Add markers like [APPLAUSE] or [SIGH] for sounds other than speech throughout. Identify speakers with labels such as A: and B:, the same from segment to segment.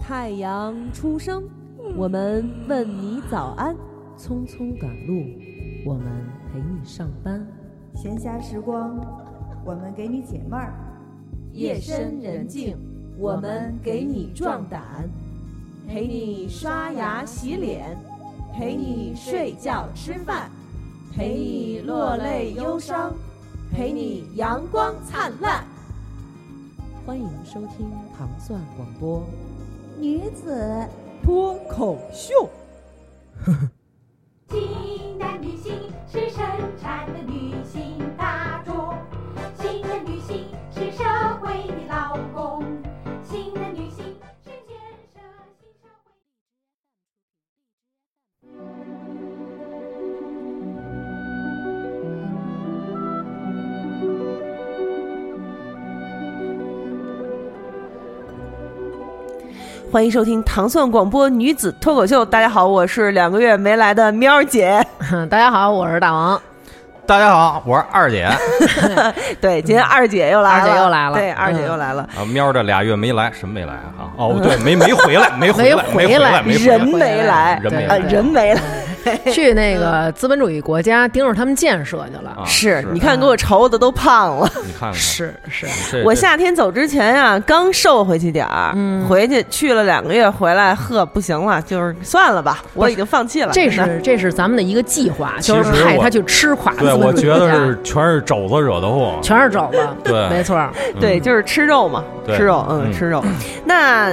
A: 太阳初升，
B: 嗯
A: 我们问你早安。匆匆赶路，我们陪你上班。
C: 闲暇时光，我们给你解闷儿。
B: 夜深人静，我们给你壮胆，陪你刷牙洗脸，陪你睡觉吃饭，陪你落泪忧伤，陪你阳光灿烂。
A: 欢迎收听糖蒜广播
C: 女子
A: 脱口秀。
D: 新的旅行是生产的女性大众，新的女性是社会的劳工，新的女性是建设新社会。
E: 欢迎收听糖蒜广播女子脱口秀。大家好，我是两个月没来的喵儿姐。 [LAUGHS]
F: [LAUGHS] 大家好，我是大
G: [LAUGHS]
F: 王。
G: 大家好，我是二姐啊，
E: 对，今天二姐又来了，
F: 二姐又来了
E: 对，
F: 嗯
E: 二姐又来了，
G: 喵这俩月没来，什么没来啊？哦，对，没没回来，没回来，
F: 没
G: 没
F: 回
G: 回
F: 来
G: 来，嗯没回
E: 人
G: 来。
E: 没来，
G: 人没
E: 呃，
G: 来
F: 对
E: 人没来，
F: 去那个资本主义国家盯着他们建设去
G: 啊
F: 了。
E: [LAUGHS] 是你
G: 看，
E: 看给我愁的都胖了。
G: 你看看，
F: 是
G: [LAUGHS]
F: 是，
G: 这
E: 我
G: 这
E: 夏天走之前呀、刚瘦回去点儿，回去去了两个月，回来呵不行了，就是算了吧，我已经放弃了。
F: 这
E: 真的
F: 是这是咱们的一个计划，
G: 其
F: 就
G: 实
F: 是派
G: 我
F: 他去吃垮资
G: 对，
F: 本
G: 我
F: 主义
G: 觉
F: 国
G: 得
F: 家，
G: 是全是肘子惹的祸。
F: 全是肘子。
G: [LAUGHS] 对
F: 没错儿，
E: 对，就是吃肉嘛，
G: 对
E: 吃肉，嗯，
G: 嗯
E: 吃肉。那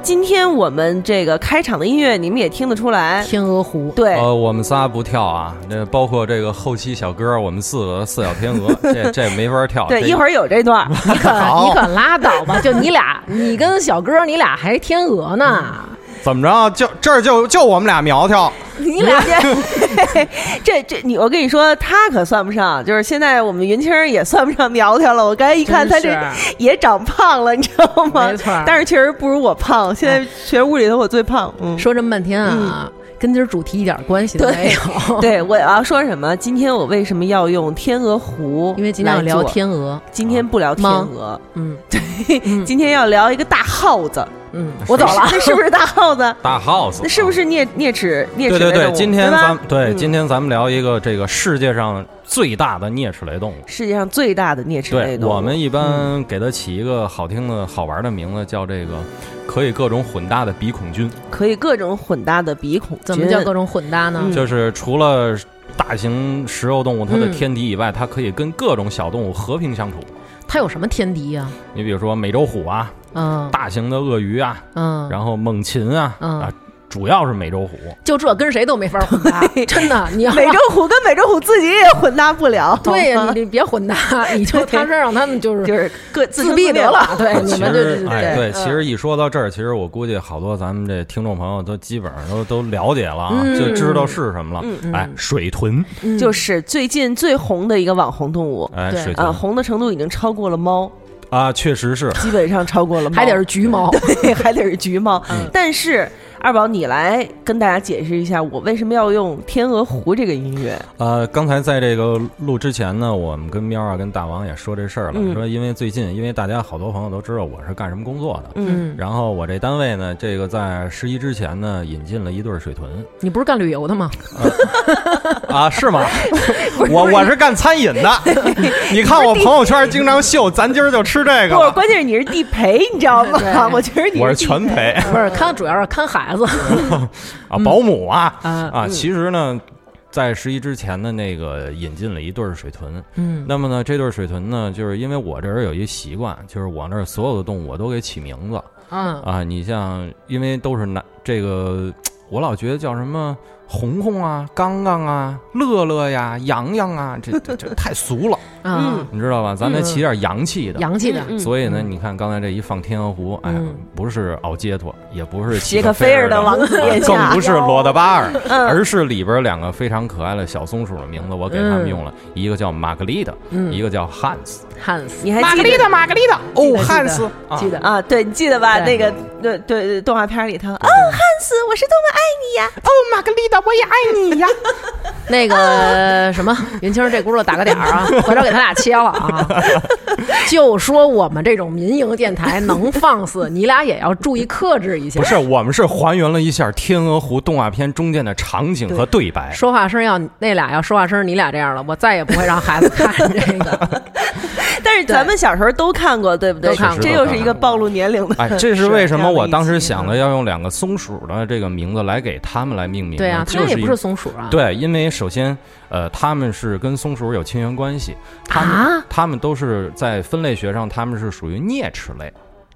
E: 今天我们这个开场的音乐，你们也听得出
G: 哎
E: 来，
F: 天鹅湖。
E: 对，
G: 呃，我们仨不跳啊，那包括这个后期小哥，我们四个四小天鹅，这这没法跳。
E: 对，
G: 这
E: 一会儿有这段儿。
F: 你可
G: [LAUGHS] 好
F: 你可拉倒吧！就你
G: [LAUGHS]
F: 俩，你跟小哥，你俩还天鹅呢，
G: 怎么着，就这儿就就我们俩苗条，
E: [LAUGHS] 你俩这这这你我跟你说，他可算不上，就是现在我们云清儿也算不上苗条了。我刚才一看，他
F: 真
E: 这
F: 是
E: 也长胖了，你知道吗？
F: 没错儿
E: 但是确实不如我胖。现
G: 哎
E: 在全屋里头我最胖。嗯，
F: 说这么半天啊，
G: 嗯
F: 跟今儿主题一点关系都
E: 对
F: 没
G: [LAUGHS]
F: 有。
E: 对我要说什么？今天我为什么要用天鹅湖？
F: 因为今天要聊，天鹅，
E: 今天不聊天
F: 吗
E: 鹅，
F: 嗯
E: [LAUGHS] 今天要聊一个大耗子。
F: 嗯，
G: 我走
E: 了，那 [LAUGHS] 是不是大耗
G: [LAUGHS]
E: 子？
G: 大 house，
E: 那是不是啮啮齿啮齿
G: 对对
E: 类动
G: 对，
E: 物
G: 今天
E: 对吧
G: 咱们对
E: 嗯
G: 今天咱们聊一个这个世界上最大的啮齿类动物。
E: 世界上最大的啮齿类
G: 对，
E: 动物，
G: 我们一
F: 嗯
G: 般给它起一个好听的、好玩的名字，叫这个可以各种混搭的鼻孔菌，
E: 可以各种混搭的鼻孔
F: 怎么
E: 菌
F: 叫各种混搭呢？
G: 就是除了。大型食肉动物它的
F: 嗯
G: 天敌以外，它可以跟各种小动物和平相处。
F: 它有什么天敌呀？
G: 你比如说美洲虎啊，
F: 嗯
G: 大型的鳄鱼啊，
F: 嗯，
G: 然后猛禽啊，
F: 嗯
G: 啊，主要是美洲虎。
F: 就这跟谁都没法混 [LAUGHS] 搭，真的，你要
E: 美洲虎跟美洲虎自己也混搭不了。
F: [LAUGHS] 对呀，你你别混 [LAUGHS] 搭，你就他这让他们就是
E: 就是各自
F: 自
E: 生
F: 闭
E: 自灭
F: 得了，对，
G: 其
F: 你们就
G: 实，哎，
F: 对嗯
G: 对，其实一说到这儿，其实我估计好多咱们这听众朋友都基本上都都了解了啊，
F: 嗯
G: 就知道是什么了。哎，水豚，
F: 嗯
E: 就是最近最红的一个网红动物。
G: 哎，
F: 对
G: 水豚
E: 啊，红的程度已经超过了猫，
G: 啊，确实是。
E: 基本上超过了猫，
F: 还得是橘猫，
E: [LAUGHS]
F: 嗯
E: 对，还得是橘猫。但是二宝，你来跟大家解释一下，我为什么要用《天鹅湖》这个音乐？
G: 呃，刚才在这个录之前呢，我们跟喵啊、跟大王也说这事儿了，
E: 嗯
G: 说因为最近，因为大家好多朋友都知道我是干什么工作的，
F: 嗯，
G: 然后我这单位呢，这个在十一之前呢，引进了一对水豚
F: 你不是干旅游的吗？
G: 啊，是吗？我我是干餐饮的，你看我朋友圈经常秀，咱今儿就吃这
E: 不，关键是你是地陪，你知道吗？ [LAUGHS] 我觉得你
G: 我是
E: 地
G: 全陪
F: 不是，看主要是看孩子，
G: 啊，保姆啊
F: [LAUGHS] 啊
G: 啊，其实呢。在十一之前的那个引进了一对水豚，
F: 嗯
G: 那么呢，这对水豚呢，就是因为我这人有一习惯，就是我那儿所有的动物我都给起名字
F: 嗯
G: 啊。你像，因为都是男这个，我老觉得叫什么红红啊、刚刚啊、乐乐呀、洋洋啊，这这这太俗了，
F: 嗯，
G: 你知道吧？咱得起点洋气的。
F: 洋气的，
G: 所以呢，你看刚才这一放天鹅湖，哎
F: 嗯，
G: 不是奥杰托，也不是
E: 杰克菲尔的王子殿
G: [LAUGHS] 更
E: 下
G: 不，是罗德巴
F: [LAUGHS]
G: 尔，
F: 嗯
G: 而是里边两个非常可爱的小松鼠的名字，我给
F: 嗯
G: 他们用了一个叫玛格丽特，一个叫汉斯。
F: 汉斯，
E: 你还记得
G: 玛格丽特，
F: 记得
G: 哦，汉斯，
F: 记得，
E: 啊？对，你记得吧？那
F: 对
E: 个对对对动画片里头啊，汉死，我是多么爱你呀！哦，玛格丽达，我也爱你呀！
F: 那个什么，云清这轱辘打个点儿啊，回头给他俩切了啊。 [LAUGHS] 就说我们这种民营电台能放肆，你俩也要注意克制一下
G: 不。是，我们是还原了一下《天鹅湖》动画片中间的场景和对白。
F: 说话声要那俩要说话声，你俩这样了，我再也不会让孩子看这个。
E: [LAUGHS] 但是咱们小时候都看过，对不对？
F: 都看过
E: 这又是一个暴露年龄的。
F: [LAUGHS]
G: 哎，这是
F: 是
G: 为什么？我当
E: 这样的
G: 时
E: 一期
G: 想的要用两个松鼠的这个名字来给它们来命名呢。
F: 对啊，
G: 就
F: 他也
G: 一
F: 不是松鼠啊。
G: 对，因为首先，呃，它们是跟松鼠有亲缘关系，它们、
F: 啊
G: 它们都是在分类学上，它们是属于啮齿类。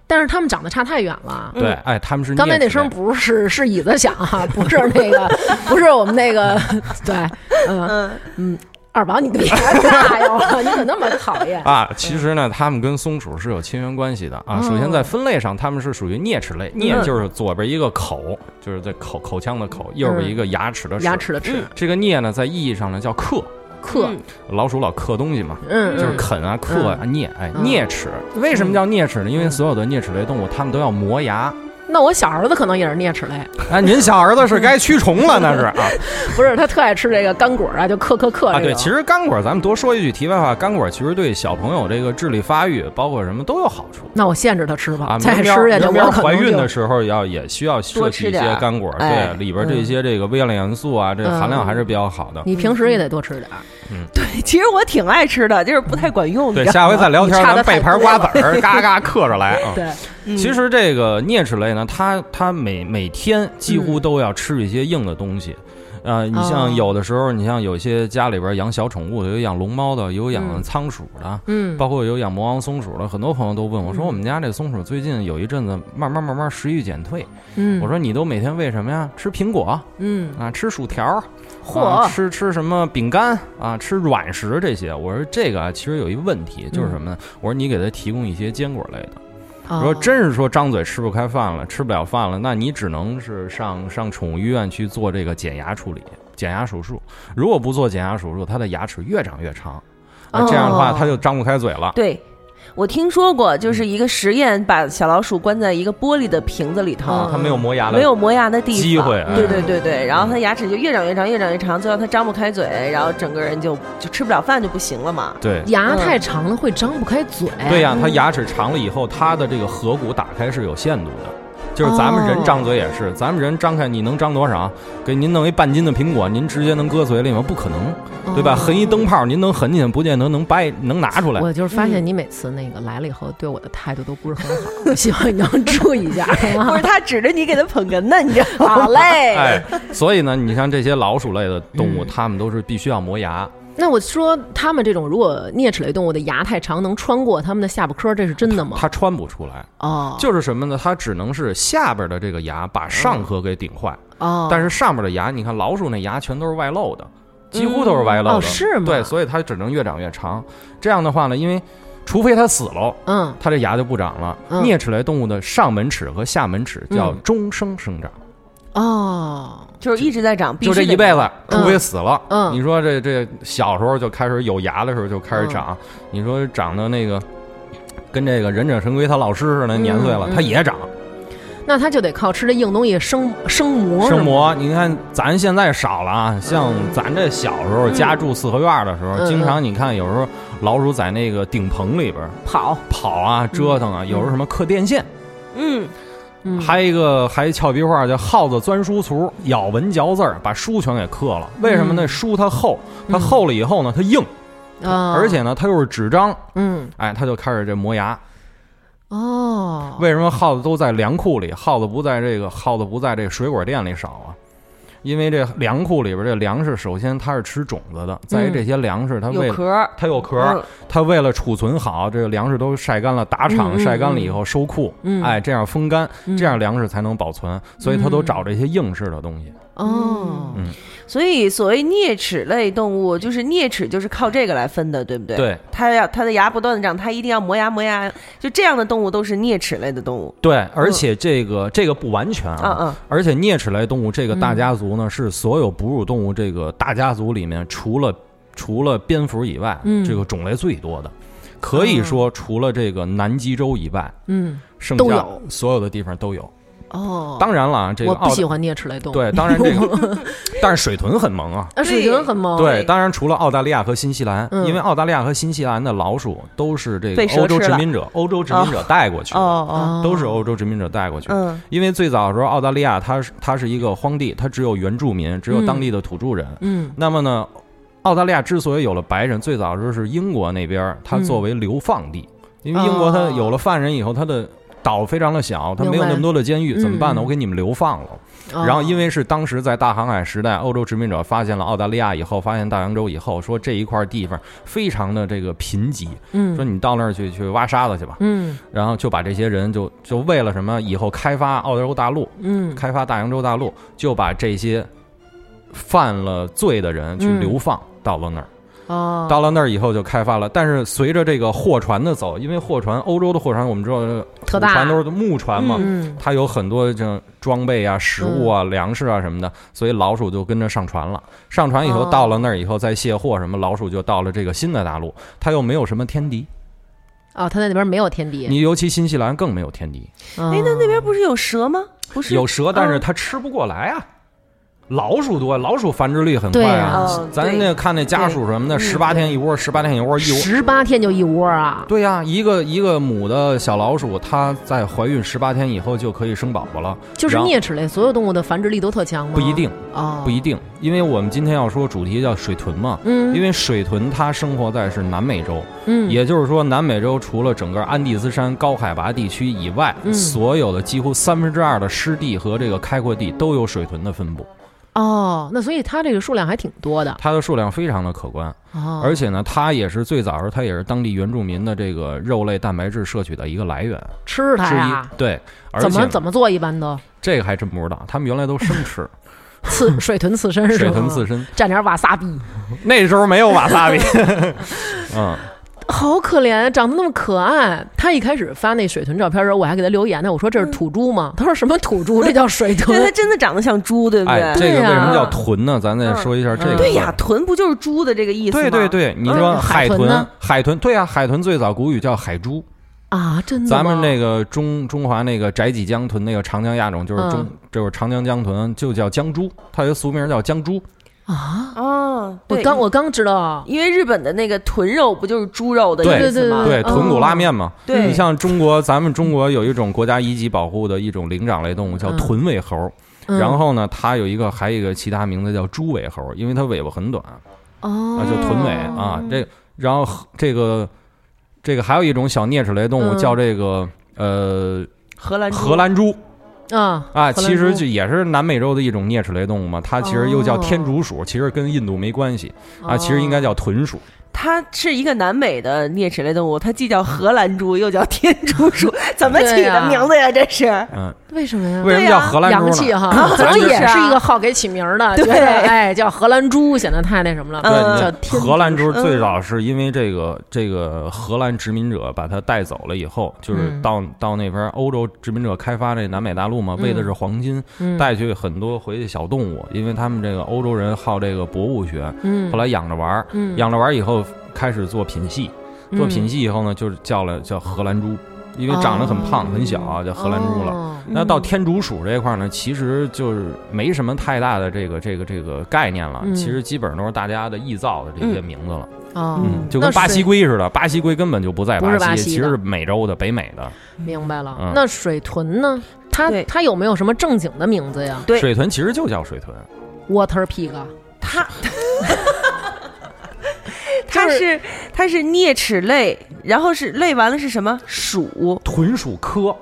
F: 但是他们长得差太远了。
G: 对，哎，它们是
F: 刚才
G: 啮
F: 那
G: 齿
F: 声
G: 类
F: 不是是椅子响
G: [LAUGHS]
F: 啊，不是那个，不是我们那个， [LAUGHS] 对，嗯嗯，二宝你别大哟， [LAUGHS] 你怎么那么讨厌？
G: 啊，其实呢，它们跟松鼠是有亲缘关系的啊。首先在分类上，它们是属于啮齿类，啮就是左边一个口，就是在口口腔的口，右边一个嗯牙齿的齿
F: 牙齿的齿，
G: 这个啮呢，在意义上呢叫克，
F: 克，
G: 老鼠老克东西嘛，
F: 嗯，
G: 就是
F: 嗯
G: 啃啊、嗑啊、啮，哎，
F: 嗯
G: 啮齿。为什么叫啮齿呢？因为所有的啮齿类动物，它们都要磨牙。
F: 那我小儿子可能也是啮齿类，
G: [LAUGHS] 啊，您小儿子是该驱虫了，那是啊
F: 不是他特爱吃这个干果啊，就嗑嗑嗑
G: 嗯啊！
F: 这
G: 对，
F: 个。
G: 其实干果，咱们多说一句题外话，干果其实对小朋友这个智力发育，包括什么都有好处。
F: 那我限制他吃
G: 啊，
F: 吧，再吃
G: 喵
F: 下去
G: 喵
F: 我
G: 喵
F: 可
G: 怀
F: 能
G: 孕
F: 就
G: 的时候要也需要摄
E: 多
G: 取
E: 吃
G: 一
E: 点
G: 些
E: 儿
G: 干果，
E: 哎
G: 对里边这些这个微量元素啊，这含量还是比较好的。
F: 嗯你平时也得多吃点儿。
E: [LAUGHS] 其实我挺爱吃的，就是不太管用。
G: 对
E: 你，知道
G: 下回
E: 吗
G: 再聊天，
F: 你差得
G: 咱们备
F: 太
G: 盘
F: 多
G: 瓜子儿，嘎嘎嗑着来啊。
F: [LAUGHS] 对，嗯
G: 其实这个啮齿类呢，它它每每天几乎都要吃一些硬的东西。呃，
F: 嗯
G: 你
F: 哦
G: 像有的时候，你像有些家里边养小宠物的，有养龙猫的，有养
F: 嗯
G: 仓鼠的，
F: 嗯，
G: 包括有养魔王松鼠的。很多朋友都问我说，我们家这松鼠最近有一阵子慢慢慢慢食欲减退。
F: 嗯，
G: 我说你都每天喂什么呀？吃苹果
F: 嗯，
G: 啊，吃薯条，啊
F: 嚯，
G: 吃吃什么饼干啊，吃软食这些。我说这个啊，其实有一问题，就是什么
F: 嗯
G: 呢？我说你给它提供一些坚果类的。
F: 啊
G: 如果真是说张嘴吃不开饭了，吃不了饭了，那你只能是上上宠物医院去做这个减牙处理、减牙手术。如果不做减牙手术，它的牙齿越长越长，啊，这样的话
F: 哦
G: 它就张不开嘴了。
E: 对，我听说过，就是一个实验，把小老鼠关在一个玻璃的瓶子里
G: 啊
E: 头，
G: 它没有磨牙了，
E: 嗯没有磨牙的地方，
G: 机会哎
E: 对对对对，然后它牙齿就越长越长，越长越长，最后它张不开嘴，然后整个人就就吃不了饭就不行了嘛。
G: 对。
F: 哦牙太长了会张不开嘴。
G: 嗯
F: 嗯
G: 对呀、它牙齿长了以后，它的这个颌骨打开是有限度的，就是咱们人张嘴也是，咱们人张开你能张多少？给您弄一半斤的苹果，您直接能搁嘴里吗？不可能，对吧？
F: 哦
G: 横一灯泡，您能横进去，不见得能掰能拿出来。
F: 我就是发现你每次那个来了以后，对我的态度都不是很好，希望你能注意一下。
E: [LAUGHS] 不是，它指着你给它捧哏呢，你知道吗？
F: [LAUGHS] 好嘞，
G: 哎，所以呢，你像这些老鼠类的动物，
F: 嗯哦
G: 它们都是必须要磨牙，
F: 那我说他们这种如果啮齿类动物的牙太长，能穿过它们的下巴颏，这是真的吗？
G: 它穿不出来。
F: 哦，
G: 就是什么呢？它只能是下边的这个牙把上颌给顶坏，
F: 哦，
G: 但
F: 是
G: 是上面的牙，你看老鼠那牙全都是外露的，几乎都是外露的，
F: 哦是吗
G: 对，所以它只能越长越长。这样的话呢，因为除非它死喽。
F: 嗯，
G: 它这牙就不长了。
F: 嗯
G: 啮齿类动物的上门齿和下门齿叫
F: 嗯
G: 终生生长，
F: 哦，
E: 就是一直在长，必
G: 就
E: 须
G: 这
E: 得
G: 一辈子，
F: 嗯
G: 除非死了。
F: 嗯
G: 你说这这小时候就开始有牙的时候就开始长，
F: 嗯
G: 你说长到那个跟这个忍者神龟他老师似的年岁了，
F: 嗯嗯
G: 他也长
F: 那它就得靠吃这硬东西生生磨
G: 生
F: 磨，
G: 磨。你看咱现在少了啊，像咱这小时候家住四合院的时候，
F: 嗯
G: 经常你看有时候老鼠在那个顶棚里边跑跑啊折腾啊，有时候什么刻电线，
E: 嗯，
F: 嗯
G: 还有一个还有一俏皮话叫“耗子钻书橱”，咬文嚼字儿把书全给刻了。为什么呢？
F: 嗯
G: 书它厚，它
F: 嗯
G: 厚了以后呢，它硬，
F: 啊，
G: 而且呢，它又是纸张，
F: 嗯
G: 哎，它就开始这磨牙。
F: 哦，
G: 为什么耗子都在粮库里，耗子不在这个耗子不在这个水果店里少啊？因为这粮库里边这粮食，首先它是吃种子的，在于这些粮食它为
E: 有
G: 了
E: 壳儿，
G: 它有壳
E: 嗯
G: 儿，它为了储存好，这个粮食都晒干了，打
F: 嗯
G: 场
F: 嗯
G: 晒干了以后收库，
F: 嗯
G: 哎，这样风干，
F: 嗯
G: 这样粮食才能保存，所以它都找这些硬式的东西。
F: 哦，
G: 嗯
E: 所以所谓啮齿类动物，就是啮齿就是靠这个来分的，对不对？
G: 对
E: 它要它的牙不断的长，它一定要磨牙磨牙，就这样的动物都是啮齿类的动物。
G: 对，而且这个这个不完全啊，
E: 嗯嗯
G: 而且啮齿类动物
F: 嗯
G: 这个大家族呢，是所有哺乳动物这个大家族里面，除了除了蝙蝠以外，
F: 嗯
G: 这个种类最多的。可以说，除了这个南极洲以外，
F: 嗯
G: 剩
F: 都
G: 下
F: 有
G: 所有的地方都有。
F: 哦，
G: 当然了，啊这个
F: 我不
G: 澳
F: 喜欢啮齿类动物。
G: 对，当
F: [LAUGHS]
G: 然这个， [LAUGHS] 但是水豚很萌啊。
F: 啊，水
E: 对
F: 豚很萌。
G: 对，当然除了澳大利亚和新西兰，
F: 嗯
G: 因为澳大利亚和新西兰的老鼠都是这个
E: 被蛇
G: 欧洲
E: 吃
G: 殖
E: 了
G: 民者、欧洲殖民者带过去的，
E: 哦
F: 哦，
G: 都啊是欧洲殖民者带过去的。
E: 嗯
G: 因为最早的时候，澳大利亚它是它是一个荒地，它只有原住民，只有当地的土著人。
F: 嗯
G: 那么呢，澳大利亚之所以有了白人，最早就是英国那边儿它
F: 嗯
G: 作为流放地，因为英国它
F: 哦
G: 有了犯人以后，它的岛非常的小，它没
F: 明
G: 有
F: 白
G: 那么多的监狱，
F: 嗯
G: 怎么办呢？
F: 嗯
G: 我给你们流放了。
F: 哦
G: 然后因为是当时在大航海时代，欧洲殖民者发现了澳大利亚以后，发现大洋洲以后，说这一块地方非常的这个贫瘠，
F: 嗯
G: 说你到那儿去去挖沙子去吧。
F: 嗯
G: 然后就把这些人就就为了什么以后开发澳洲大陆，
F: 嗯
G: 开发大洋洲大陆，就把这些犯了罪的人去
F: 嗯
G: 流放到了那儿。
F: 哦，
G: 到了那儿以后就开发了，但是随着这个货船的走，因为货船欧洲的货船我们知道这个
F: 特大
G: 船都是木船嘛，
F: 嗯
G: 它有很多这装备啊、食物啊、粮食啊什么的，所以老鼠就跟着上船了。上船以后
F: 哦
G: 到了那儿以后再卸货什么，老鼠就到了这个新的大陆，它又没有什么天敌。
F: 哦，他在那边没有天敌。
G: 你尤其新西兰更没有天敌，
F: 哎
E: 哎，那那边不是有蛇吗？不是
G: 啊有蛇，
F: 哦
G: 但是它吃不过来啊。老鼠多，老鼠繁殖率很快
F: 对
G: 啊
F: 啊。嗯
E: 嗯
G: 咱那看那家鼠什么的，十八天一窝，十八天一窝，一窝。
F: 十八天就一窝啊？
G: 对呀、一个一个母的小老鼠，它在怀孕十八天以后就可以生宝宝了。
F: 就是
G: 然后
F: 啮齿类所有动物的繁殖力都特强吗？
G: 不一定，
F: 哦，
G: 不一定，因为我们今天要说主题叫水豚嘛。
F: 嗯，
G: 因为水豚它生活在是南美洲，
F: 嗯
G: 也就是说，南美洲除了整个安第斯山高海拔地区以外，
F: 嗯
G: 所有的几乎三分之二的湿地和这个开阔地都有水豚的分布，
F: 哦，那所以它这个数量还挺多的
G: 它的数量非常的可观。
F: 哦，
G: 而且呢，它也是最早时候，它也是当地原住民的这个肉类蛋白质摄取的一个来源，
F: 哦吃它
G: 是
F: 呀
G: 一，对。而且
F: 啊怎么怎么做一般都
G: 这个还真不知道，他们原来都生吃 [LAUGHS]
F: 刺水豚刺身 [LAUGHS] 是
G: 水
F: 吗？
G: 豚刺身，
F: 蘸点瓦萨比，
G: 那时候没有瓦
F: [LAUGHS]
G: 萨比。嗯，
F: 好可怜，长得那么可爱。他一开始发那水豚照片的时候，我还给他留言呢，我说这是土猪吗？他说什么土猪，这叫水
E: 对，它
G: [LAUGHS]
F: 豚。
E: 真的长得像猪，对不对？
G: 哎，这个为
F: 对呀
G: 什么叫豚呢？咱再说一下这个。
F: 嗯
E: 对呀，豚不就是猪的这个意思吗？
G: 对对对，你说
F: 嗯
G: 海
F: 海豚
G: 豚
F: 呢，
G: 海豚，对啊，海豚最早古语叫海猪，
F: 啊， [LAUGHS] 真的吗？
G: 咱们那个中中华那个窄脊江豚，那个长江亚种就是中
F: 嗯，
G: 就是长江江豚，就叫江猪，它有俗名叫江猪。
F: 啊，
E: 哦，
F: 我
E: 对
F: 刚我刚知道，
E: 因为日本的那个豚肉不就是猪肉的
G: 对
E: 意思吗？
F: 嗯
G: 对，豚骨拉面嘛。
E: 对
G: 你像中国，咱们中国有一种国家一级保护的一种灵长类动物叫
F: 嗯
G: 豚尾猴，
F: 嗯
G: 然后呢，它有一个还有一个其他名字叫猪尾猴，因为它尾巴很短，啊，
F: 哦，
G: 就豚尾啊。这然后和这个这个还有一种小啮齿类动物
F: 嗯
G: 叫这个呃
E: 荷兰猪
G: 荷兰猪
F: 啊
G: 啊，
F: 荷兰
G: 其实
F: 猪
G: 就也是南美洲的一种啮齿类动物嘛，它其实又叫
F: 哦
G: 天竺鼠，其实跟印度没关系啊，其实应该叫豚鼠。
E: 它是一个南美的啮齿类动物，它既叫荷兰猪，又叫天竺鼠，怎么起
F: [LAUGHS] 对啊
E: 的
F: 呀
E: 名字呀？这是
G: 嗯，
F: 为什么呀？
G: 为什么叫荷兰
F: 洋
G: 猪
F: 气
G: 呢？
F: 哈，
G: [LAUGHS] 咱
F: 可能
G: 们
F: 也
E: 是啊
F: 是一个好给起名儿的，
E: 对
F: 觉得哎，叫荷兰猪显得太那什么了，
G: 对，你
F: 嗯叫
G: 看
F: 天
G: 荷兰猪
E: 嗯
G: 最早是因为这个这个荷兰殖民者把它带走了以后，就是
F: 嗯
G: 到到那边欧洲殖民者开发这南美大陆嘛，为的是黄金，
F: 嗯
G: 带去很多回去小动物，因为他们这个欧洲人好这个博物学，
F: 嗯
G: 后来养着玩儿，
F: 嗯
G: 养着玩儿以后开始做品系，做品系以后呢，就是叫了叫荷兰猪，因为长得很胖
F: 哦
G: 很小啊，叫荷兰猪了。
F: 了。
G: 那到天竺鼠这一块儿呢，其实就是没什么太大的这个这个这个概念了，
F: 嗯
G: 其实基本上都是大家的臆造的这些名字了，
F: 哦，
E: 嗯
G: 就跟
F: 那
G: 巴
F: 水
G: 西龟似的，巴西龟根本就不在
F: 不是巴
G: 西，
F: 西
G: 其实
F: 的
G: 是美洲的、北美的。
F: 明白了
G: 嗯。
F: 那水豚呢？它
E: 对
F: 它有没有什么正经的名字呀
E: 对
G: 水豚其实就叫水豚，
F: ？Water pig，啊
E: 它， [LAUGHS] 它是它是啮齿类，然后是类完了是什么鼠？
G: 豚属科，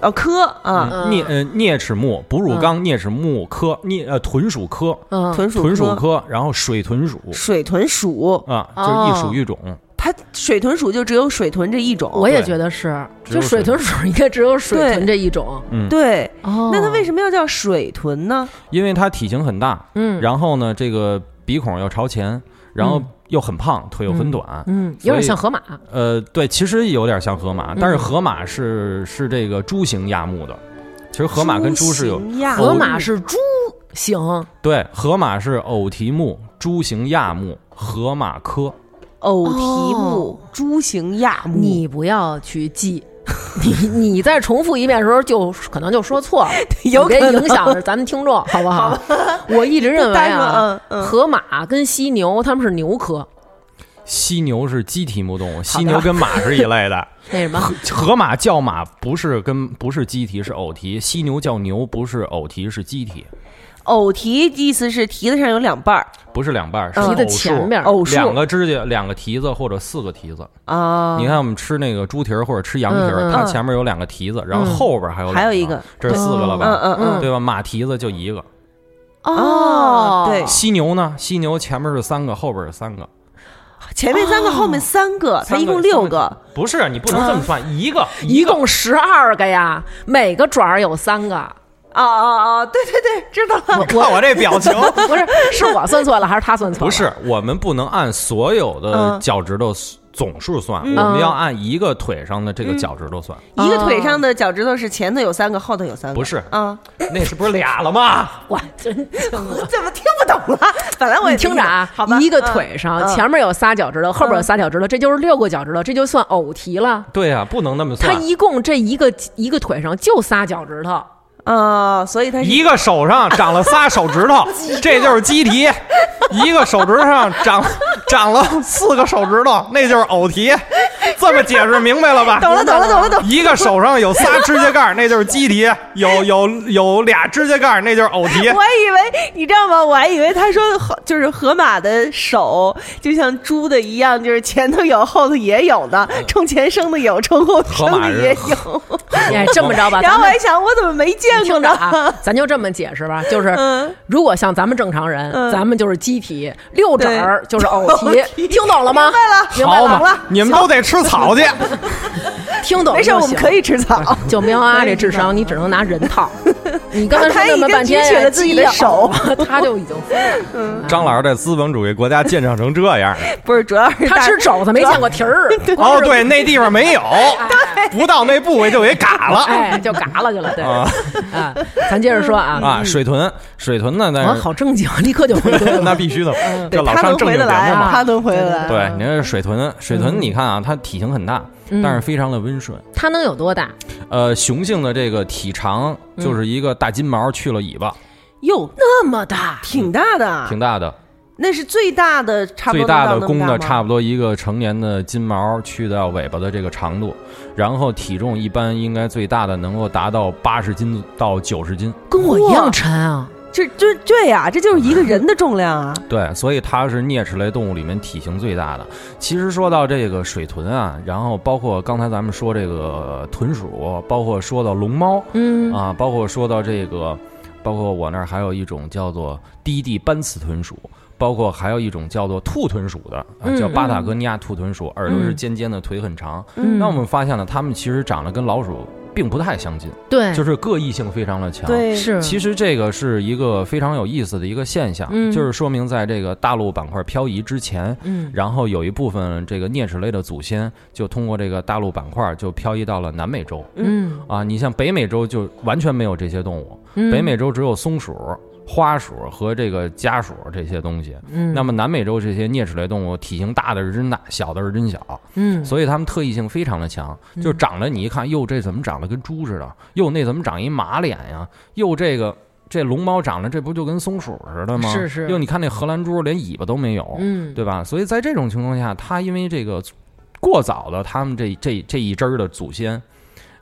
E: 呃，科啊，
F: 嗯
G: 啮呃啮齿目，哺
F: 啊
G: 乳纲啮齿目科，啮呃豚属科，
F: 嗯，
E: 豚鼠
G: 豚属
E: 科，
G: 科，然后水豚属
E: 水豚鼠，
G: 啊，就是一
F: 哦
G: 属育种。
E: 它水豚鼠就只有水豚这一种。
F: 我也
G: 对
F: 觉得是，
G: 只有
F: 就水
G: 水豚
F: 豚鼠应该只有水
E: 对
F: 豚这一种。
E: 对，
F: 哦
E: 那它为什么要叫水豚呢？
G: 因为它体型很大，
F: 嗯
G: 然后呢，这个鼻孔又朝前，然后
F: 嗯
G: 又很胖，腿又很短。
F: 嗯，
G: 所以
F: 有点像河马
G: 呃，对，其实有点像河马，但是河马是是这个猪形亚目的。其实河马跟猪是有
E: 形亚目
F: 河马是猪型
G: 对，河马是偶蹄目、猪形亚目、河马科。
F: 哦
E: 偶蹄目、猪形亚目。
F: 你不要去记，你你再重复一遍的时候就，可能就说错了，
E: 有
F: 别
E: 可能
F: 影响着咱们听众，好不好？我一直认为
E: [LAUGHS] 单
F: 啊，
E: 嗯嗯，
F: 河马跟犀牛它们是牛科，
G: 犀牛是鸡蹄目动物，犀牛跟马是一类的。
F: 那什么
G: 河河马叫马不是跟不是鸡蹄是偶蹄，犀牛叫牛不是偶蹄是鸡蹄，
E: 偶蹄意思是蹄子上有两瓣儿，
G: 不是两半儿是
F: 蹄
G: 偶
F: 子
G: 数。
F: 前面
E: 偶数
G: 两个指甲，两个蹄子或者四个蹄子。
E: 啊。
G: 你看我们吃那个猪蹄儿或者吃羊蹄
F: 嗯嗯
G: 儿，它前面有两个蹄子，然后后边还有
E: 嗯还有
G: 两
E: 一个，
G: 这是四个了
E: 嗯
G: 吧？
E: 嗯嗯，
G: 对吧？马蹄子就一个。
E: 哦，对，
G: 犀牛呢？犀牛前面是三个，后边是三个。
E: 前面三个，后
F: 哦
E: 面三个，它
G: 三
E: 一共六个，。嗯
G: 不是，你不能这么算，一个
F: 一共十二个呀，每个爪儿有三个，
E: 哦哦哦，对对对，知道了。
G: 看我这表
E: [LAUGHS]
G: 情。
F: 不是是我算错了还是他算错了？
G: 不是，我们不能按所有的
E: 嗯
G: 脚趾头总数算，我们要按一个腿上的这
E: 嗯
G: 个脚趾头算。
E: 一个腿上的脚趾头是前头有三个，后头有三个，
G: 不是，
E: 啊？
G: 那是不是俩了吗？
F: 我 [LAUGHS]
E: [LAUGHS]
F: 真
E: 我怎么听不懂了？本来我也
F: 你听着啊
E: 好吧，，
F: 一个腿上
E: 嗯
F: 前面有仨脚趾头，后边有仨脚趾头，这就是六个脚趾头，这就算偶蹄了。
G: 对呀、不能那么
F: 它
G: 算。
F: 一共这一个一个腿上就仨脚
E: [LAUGHS]
F: 趾头，
E: 啊，所以它是
G: 一个手上长了仨手
E: [LAUGHS]
G: 指头，这就是鸡蹄；一个手指头上长 [LAUGHS] 长了四个手指头，那就是偶蹄。这么解释明白了吧？
E: [LAUGHS] 懂了懂了懂了懂了。
G: 一个手上有仨指甲盖儿，那就是鸡蹄；有有有俩指甲盖儿，那就是偶蹄。
E: 我以为你知道吗？我还以为他说的河就是河马的手就像猪的一样，就是前头有后头也有的，冲前生的有，冲后
G: 嗯河
E: 生
G: 马
E: 的
G: 是
E: 也有。
F: 哎，这么着吧，
E: 然
F: 咱
E: 后我
F: 们
E: 还想，我怎么没见过
F: 听着
E: 呢？ [LAUGHS]
F: 啊，咱就这么解释吧，就是
E: 嗯
F: 如果像咱们正常人，
E: 嗯
F: 咱们就是鸡蹄，六爪儿
E: [LAUGHS]
F: 就是偶
E: 对偶
F: 蹄，听懂了吗？明白
G: 好
F: 了，明白
G: 嘛，你们都得吃草去。
F: 听懂
E: 没事，
F: 就
E: 我们
F: 行
E: 可以吃
F: [LAUGHS]
E: 草。
F: 九喵啊，这智商你只能拿人套。你刚才说那么半天，
E: 嗯他已经举起了自己的手，
F: [LAUGHS] 他就已经疯了。
G: 张老师在资本主义国家建设成这样，
E: [LAUGHS] 不是，主要是
F: 他
E: 大
F: 吃肘子没见过蹄 [LAUGHS] 儿，光
G: 哦，
F: 是
G: 对，，那地方
E: [LAUGHS]
G: 没有，不到那部位就给嘎了
F: 哎，就嘎了去了，对
G: 啊
F: [LAUGHS] 啊。咱接着说啊，
G: 啊！水豚，水豚呢？
F: 我
G: 但是
F: 好正经，立刻就回归了。
G: [LAUGHS] 那必须的，这
E: 对
G: 老
E: 嗯他
G: 上
E: 能
G: 正
E: 回
G: 经节
E: 得
G: 目
E: 来，啊嗯
G: 嘛。
E: 他能回得来。
G: 对，你看水豚，水豚，你看啊，它体型很大，
E: 嗯
G: 但是非常的温顺。
F: 他能有多大？
G: 呃，雄性的这个体长
E: 嗯
G: 就是一个大金毛去了尾巴，
E: 哟，
F: 那么大，
E: 挺大的啊，
G: 挺大的，
E: 那是最大的，差不
G: 最
E: 多能
G: 大的
E: 到那
G: 公
E: 么大
G: 的
E: 吗
G: 差不多一个成年的金毛去到尾巴的这个长度，然后体重一般应该最大的能够达到八十斤到九十斤。
F: 跟我一样沉啊！
E: 这这对呀、这就是一个人的重量啊！
G: 对，所以它是啮齿类动物里面体型最大的。其实说到这个水豚啊，然后包括刚才咱们说这个豚鼠，包括说到龙猫
F: 嗯，
G: 啊，包括说到这个，包括我那儿还有一种叫做低地斑刺豚鼠。包括还有一种叫做兔豚鼠的，啊、
F: 嗯
G: 叫巴塔哥尼亚兔豚鼠，耳朵是
F: 嗯
G: 尖尖的，腿很长。
F: 嗯
G: 那我们发现了，它们其实长得跟老鼠并不太相近，
F: 对
G: 就，是各异性非常的强。
E: 对，
F: 是
G: 其实这个是一个非常有意思的一个现象，
F: 嗯
G: 就是说明在这个大陆板块漂移之前，
F: 嗯
G: 然后有一部分这个啮齿类的祖先就通过这个大陆板块就漂移到了南美洲
F: 嗯
G: 啊。你像北美洲就完全没有这些动物，
F: 嗯
G: 北美洲只有松鼠、花鼠和这个家鼠这些东西。
F: 嗯
G: 那么南美洲这些啮齿类动物，体型大的是真大，小的是真小。
F: 嗯
G: 所以它们特异性非常的强，就长得你一看，哟，这怎么长得跟猪似的？哟，那怎么长一马脸呀？哟，这个这龙猫长得这不就跟松鼠似的吗？
F: 是是
G: 哟，你看那荷兰猪连尾巴都没有，
F: 嗯
G: 对吧？所以在这种情况下，它因为这个过早的，他们这这这一支儿的祖先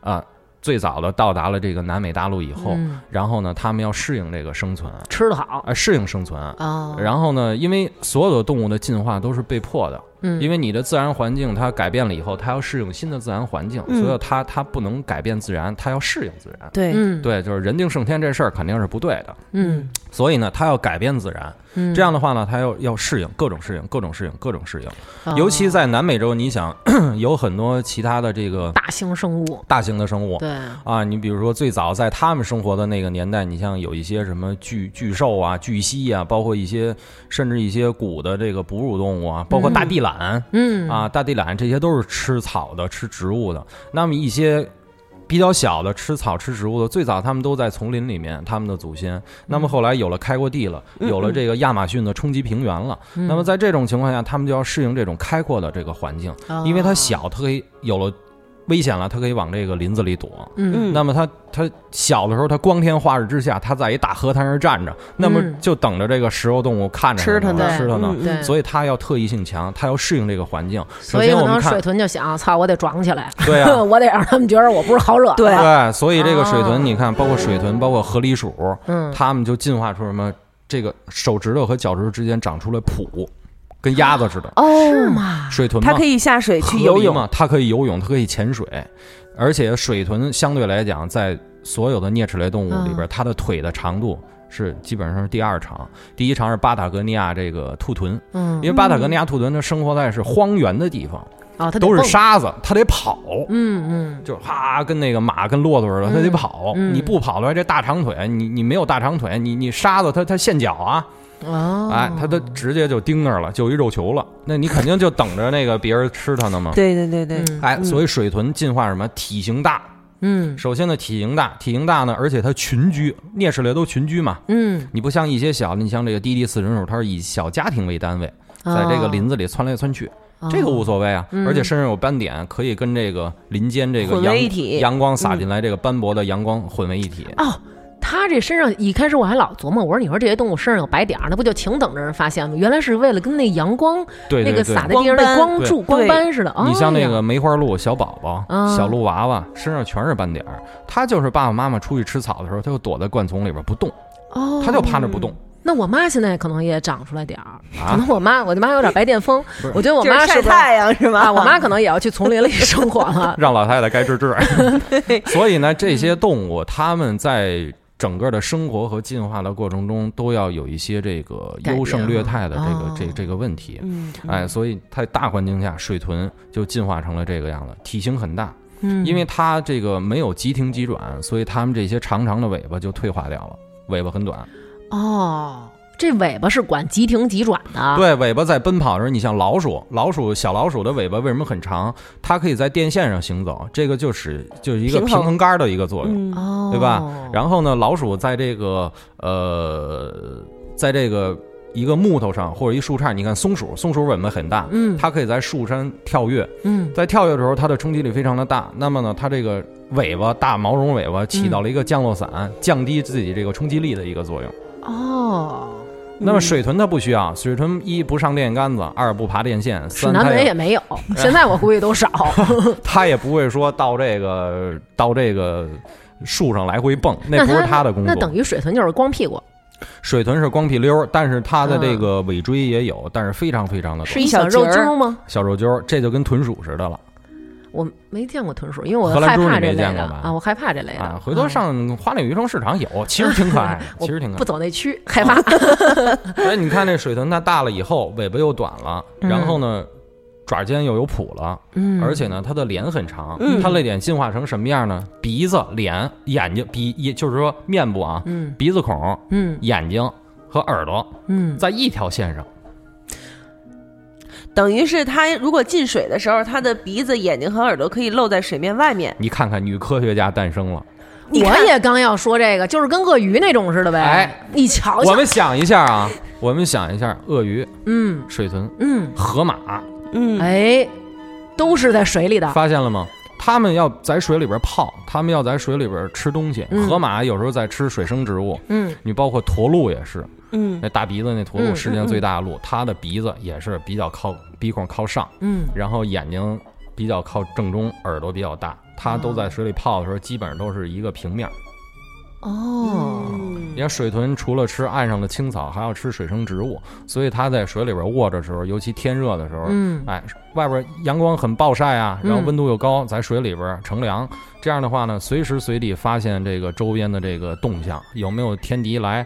G: 啊、最早的到达了这个南美大陆以后，
F: 嗯
G: 然后呢，他们要适应这个生存，啊、
F: 吃的好
G: 适应生存。
F: 啊，
G: 然后呢，因为所有的动物的进化都是被迫的，
F: 嗯
G: 因为你的自然环境它改变了以后，它要适应新的自然环境，
E: 嗯
G: 所以它它不能改变自然，它要适应自然。
E: 对
F: 嗯
G: 对，就是人定胜天这事儿肯定是不对的，
F: 嗯
G: 所以呢，它要改变自然。
F: 嗯
G: 这样的话呢，它要要适应各种适应，各种适应，各种适应。
F: 哦嗯
G: 尤其在南美洲，你想 [CLEARS THROAT] 有很多其他的这个
F: 大型生物，
G: 大型的生物。
F: 对，
G: 啊，你比如说最早在他们生活的那个年代，你像有一些什么巨巨兽啊、巨蜥啊，包括一些甚至一些古的这个哺乳动物啊，包括大地懒，
F: 嗯
G: 啊，大地懒这些都是吃草的、吃植物的。那么一些比较小的吃草、吃植物的，最早他们都在丛林里面，他们的祖先。那么后来有了开阔地了，有了这个亚马逊的冲击平原了。
F: 嗯
G: 那么在
F: 哦啊
G: 这种情况下，他们就要适应这种开阔的这个环境，因为它小，它可以有了。危险了，它可以往这个林子里躲。
F: 嗯
E: 嗯，
G: 那么它它小的时候，它光天化日之下，它在一大河滩上站着，那么
F: 嗯
G: 就等着这个食肉动物看着
E: 吃它
G: 它
E: 呢
G: 呢，吃它呢
E: 嗯。
F: 对，
G: 所以它要特异性强，它要适应这个环境。首
F: 所以
G: 先
F: 可
G: 我
F: 能
G: 们
F: 水
G: 看，
F: 豚就想，操，我得壮起来，
G: 对
F: [LAUGHS]
G: 啊，
F: 我得让他们觉得我不是好惹的。
E: 对
G: 对，所以这个水
F: 啊
G: 豚，你看，包括水豚，包括河狸鼠，
F: 嗯，
G: 它们就进化出什么？这个手指头和脚趾头之间长出了蹼，跟鸭子似的。
E: 哦，
F: 是？吗？
G: 水豚
E: 它
G: 嘛，
E: 可以下水去
G: 河
E: 游
G: 狸
E: 泳，
G: 嘛，它可以游泳，它可以潜水，而且水豚相对来讲，在所有的啮齿类动物里
F: 嗯
G: 边，它的腿的长度是基本上是第二长，第一长是巴塔哥尼亚这个兔豚，
F: 嗯
G: 因，为巴塔哥尼亚兔豚它生活在是荒原的地方，
F: 哦，它得
G: 都是
F: 蹦，
G: 沙子，它得跑。
F: 嗯嗯，
G: 就是哈，跟那个马跟骆驼似的，它得
F: 嗯
G: 跑。
F: 嗯
G: 你不跑的话，这大长腿，你你没有大长腿，你你沙子它它陷脚啊，
F: 哦，
G: 哎，它都直接就钉那儿了，就一肉球了。那你肯定就等着那个别人吃它呢嘛。
E: 对对对对，
F: 嗯
G: 哎，所以水豚进化什么？体型大。
F: 嗯
G: 首先呢，体型大，体型大呢，而且它群居，啮齿类都群居嘛。
F: 嗯，
G: 你不像一些小的，你像这个滴滴四神兽，它是以小家庭为单位，在这个林子里窜来窜去，
F: 哦，
G: 这个无所谓啊。
F: 嗯
G: 而且身上有斑点，可以跟这个林间这个
E: 混
G: 阳
E: 为一体
G: 阳光洒进来，这个斑驳的阳光混为一体。
F: 哦。它这身上一开始我还老琢磨，我说你说这些动物身上有白点儿，那不就请等着人发现吗？原来是为了跟那阳光
G: 对
F: 那
G: 对
F: 个
G: 对
F: 洒。在地上那
E: 光
F: 光柱
G: 对
F: 光
E: 对
F: 斑似的。
G: 你像
F: 哎
G: 那
F: 呀
G: 个梅花鹿、小宝宝、
F: 嗯
G: 小鹿娃娃，身上全是斑点儿。它就是爸爸妈妈出去吃草的时候，它就躲在灌丛里边不动，
F: 哦，
G: 它就趴那不动。
F: 那我妈现在可能也长出来点儿，
G: 啊
F: 可能我妈我妈有点白癜风
G: 不是，
F: 我觉得我
E: 就
F: 妈
E: 是晒
F: 是不是
E: 太阳是吧？
F: 啊？我
G: [LAUGHS]
F: 妈可能也要去丛林里生活了。 [LAUGHS]
G: 让老太太该治治。所以呢，这些动物它们在整个的生活和进化的过程中，都要有一些这个
F: 改变
G: 优胜劣
F: 啊
G: 汰的这个
F: 哦
G: 这这个问题。
E: [LAUGHS] 嗯，嗯
G: 哎，所以在大环境下，水豚就进化成了这个样子，体型很大，
F: 嗯，
G: 因为它这个没有急停急转，所以它们这些长长的尾巴就退化掉了，尾巴很短。
F: 哦，这尾巴是管急停急转的。，
G: 对，尾巴在奔跑的时候，你像老鼠，老鼠小老鼠的尾巴为什么很长？它可以在电线上行走，这个就是就是一个
E: 平
G: 平
E: 衡
G: 衡杆儿的一个作用。
E: 嗯
F: 哦，
G: 对吧？然后呢，老鼠在这个呃，在这个一个木头上或者一树杈，你看松鼠，松鼠尾巴很大，
F: 嗯
G: 它可以在树山跳跃，
F: 嗯
G: 在跳跃的时候，它的冲击力非常的大。那么呢，它这个尾巴大毛绒尾巴起到了一个降落伞，降低自己这个冲击力的一个作
F: 嗯
G: 用。
F: 哦，
G: 那么水豚它不需要，水豚一不上电杆子，二不爬电线，
F: 指
G: 三
F: 南
G: 它
F: 门
G: 也
F: 也没有， [LAUGHS] 现在我估计都少。
G: [LAUGHS] 它也不会说到这个到这个树上来回蹦，那不是它的工作。
F: 那等于水豚就是光屁股，
G: 水豚是光屁溜儿，但是它的这
F: 嗯
G: 个尾椎也有，但是非常非常的
F: 是
G: 短，
F: 一小肉揪吗？
G: 小肉揪儿，这就跟豚鼠似的了
F: 我没见过豚鼠，因为我
G: 荷兰
F: 害
G: 猪
F: 怕
G: 你
F: 这
G: 没
F: 类
G: 见
F: 的
G: 过吧
F: 啊，我害怕这类的
G: 啊。。回头
F: 嗯
G: 上花鸟鱼虫市场有，其实挺
F: [LAUGHS]，
G: 可爱
F: 我
G: 其实挺可
F: 不走那区，害怕。
G: 啊爱。所以你看那水豚，它大了以后尾巴又短了，
F: 嗯
G: 然后呢。爪尖又有蹼了，
F: [LAUGHS] 嗯
G: 而且呢，它的脸很长，
E: 嗯
G: 它的脸进化成什么样呢？鼻子、脸、眼睛、鼻，也就是说面部啊，
F: 嗯
G: 鼻子孔、
F: 嗯
G: 眼睛和耳朵
F: 嗯，
G: 在一条线上。
E: 等于是它如果进水的时候，它的鼻子、眼睛和耳朵可以露在水面外面。
G: 你看看，女科学家诞生了。
E: 你
F: 我
E: 看
F: 也刚要说这个，就是跟鳄鱼那种似的呗。
G: 哎，
F: 你瞧
G: 我
F: 瞧，
G: 们想一下啊，我们想一下，鳄鱼、
F: 嗯
G: 水豚、
F: 嗯，
G: 河马，
E: 嗯，
F: 哎，都是在水里的。
G: 发现了吗？它们要在水里边泡，它们要在水里边吃东西。
F: 嗯
G: 河马有时候在吃水生植物，
F: 嗯
G: 你包括驼鹿也是，
E: 嗯，
G: 那大鼻子那驼鹿
F: 嗯
G: 世界上最大的鹿，它的鼻子也是比较靠鼻孔靠上，
F: 嗯，
G: 然后眼睛比较靠正中，耳朵比较大。它都在水里泡的时候，基本上都是一个平面儿。
F: 哦，
G: 你看水豚除了吃岸上的青草，还要吃水生植物，所以它在水里边卧着的时候，尤其天热的时候，
F: 嗯
G: 哎，外边阳光很暴晒啊，
F: 嗯
G: 然后温度又高，在水里边乘凉，这样的话呢，随时随地发现这个周边的这个动向，有没有天敌来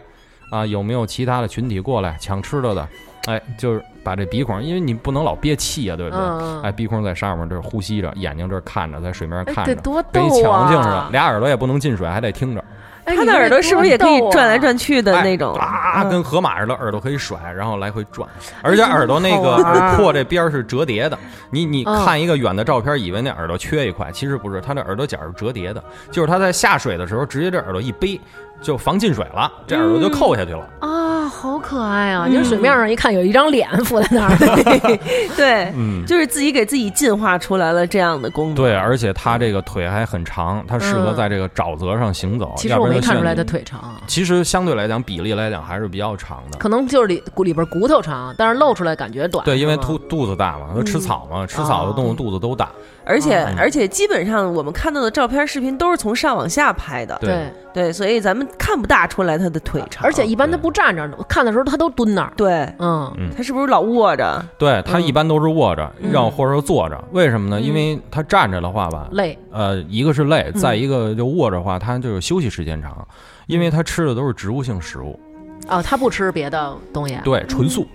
G: 啊？有没有其他的群体过来抢吃的的？哎，就是把这鼻孔，因为你不能老憋气呀、对不对？
F: 嗯
G: 哎，鼻孔在上面这儿呼吸着，眼睛这儿看着，在水面
F: 哎
G: 看
F: 这
G: 着，
F: 多
G: 跟一
F: 逗
G: 强镜似的
F: 啊，！
G: 俩耳朵也不能进水，还得听着。
F: 哎
E: 它的耳朵是不是也可以
F: 啊
E: 转来？转去的
G: 啊哎
E: 那种？
G: 啊，
E: 嗯
G: 跟河马似的，耳朵可以甩，然后来回转，而且
F: 哎真
G: 耳朵那
F: 好
G: 个
F: 玩
G: 耳廓这边儿是折叠的。你你
F: 嗯
G: 看一个远的照片，以为那耳朵缺一块，其实不是，它的耳朵角是折叠的，就是
F: 嗯
G: 它在下水的时候，直接这耳朵一背，就防进水了，这耳朵就扣下去了。
F: 你多逗啊，好可爱啊！
E: 嗯
F: 你看水面上一看，有一张脸浮在
E: [LAUGHS]
F: 那儿，
G: 哦
E: 对，
G: 嗯，
E: 就是自己给自己进化出来了这样的
F: 嗯
E: 功能。
G: 对，而且它这个腿还很长，它适合在这个沼泽上行走。
F: 其实
G: 要不
F: 我
G: 然
F: 没
G: 就
F: 看出
G: 陷
F: 来它
G: 进，
F: 腿长，
G: 其实相对来讲比例来讲还是比较长的。
F: 可能就是里骨里边骨头长，但是露出来感觉短。
G: 对，因为
F: 是
E: 嗯
F: 吗
G: 肚肚子大嘛，它
F: 嗯
G: 吃草嘛，吃草的动物肚子都大。
E: 而且、
G: 嗯
E: 而且基本上我们看到的照片、视频都是从上往下拍的，
G: 对
F: 对，
E: 对，所以咱们看不大出来他的腿长，
F: 而且一般它不站着，我看的时候它都蹲那儿。
E: 对
F: 嗯，
G: 嗯
E: 他是不是老卧着？
G: 对，它一般都是卧着，
E: 嗯
G: 让或者说坐着。为什么
F: 嗯
G: 呢？因为它站着的话吧，
F: 累，
G: 呃，一个是累，
F: 嗯
G: 再一个就卧着的话，它就是休息时间长，因为它吃的都是植物性食物，
F: 啊，它不吃别的东西。
G: 对，纯素，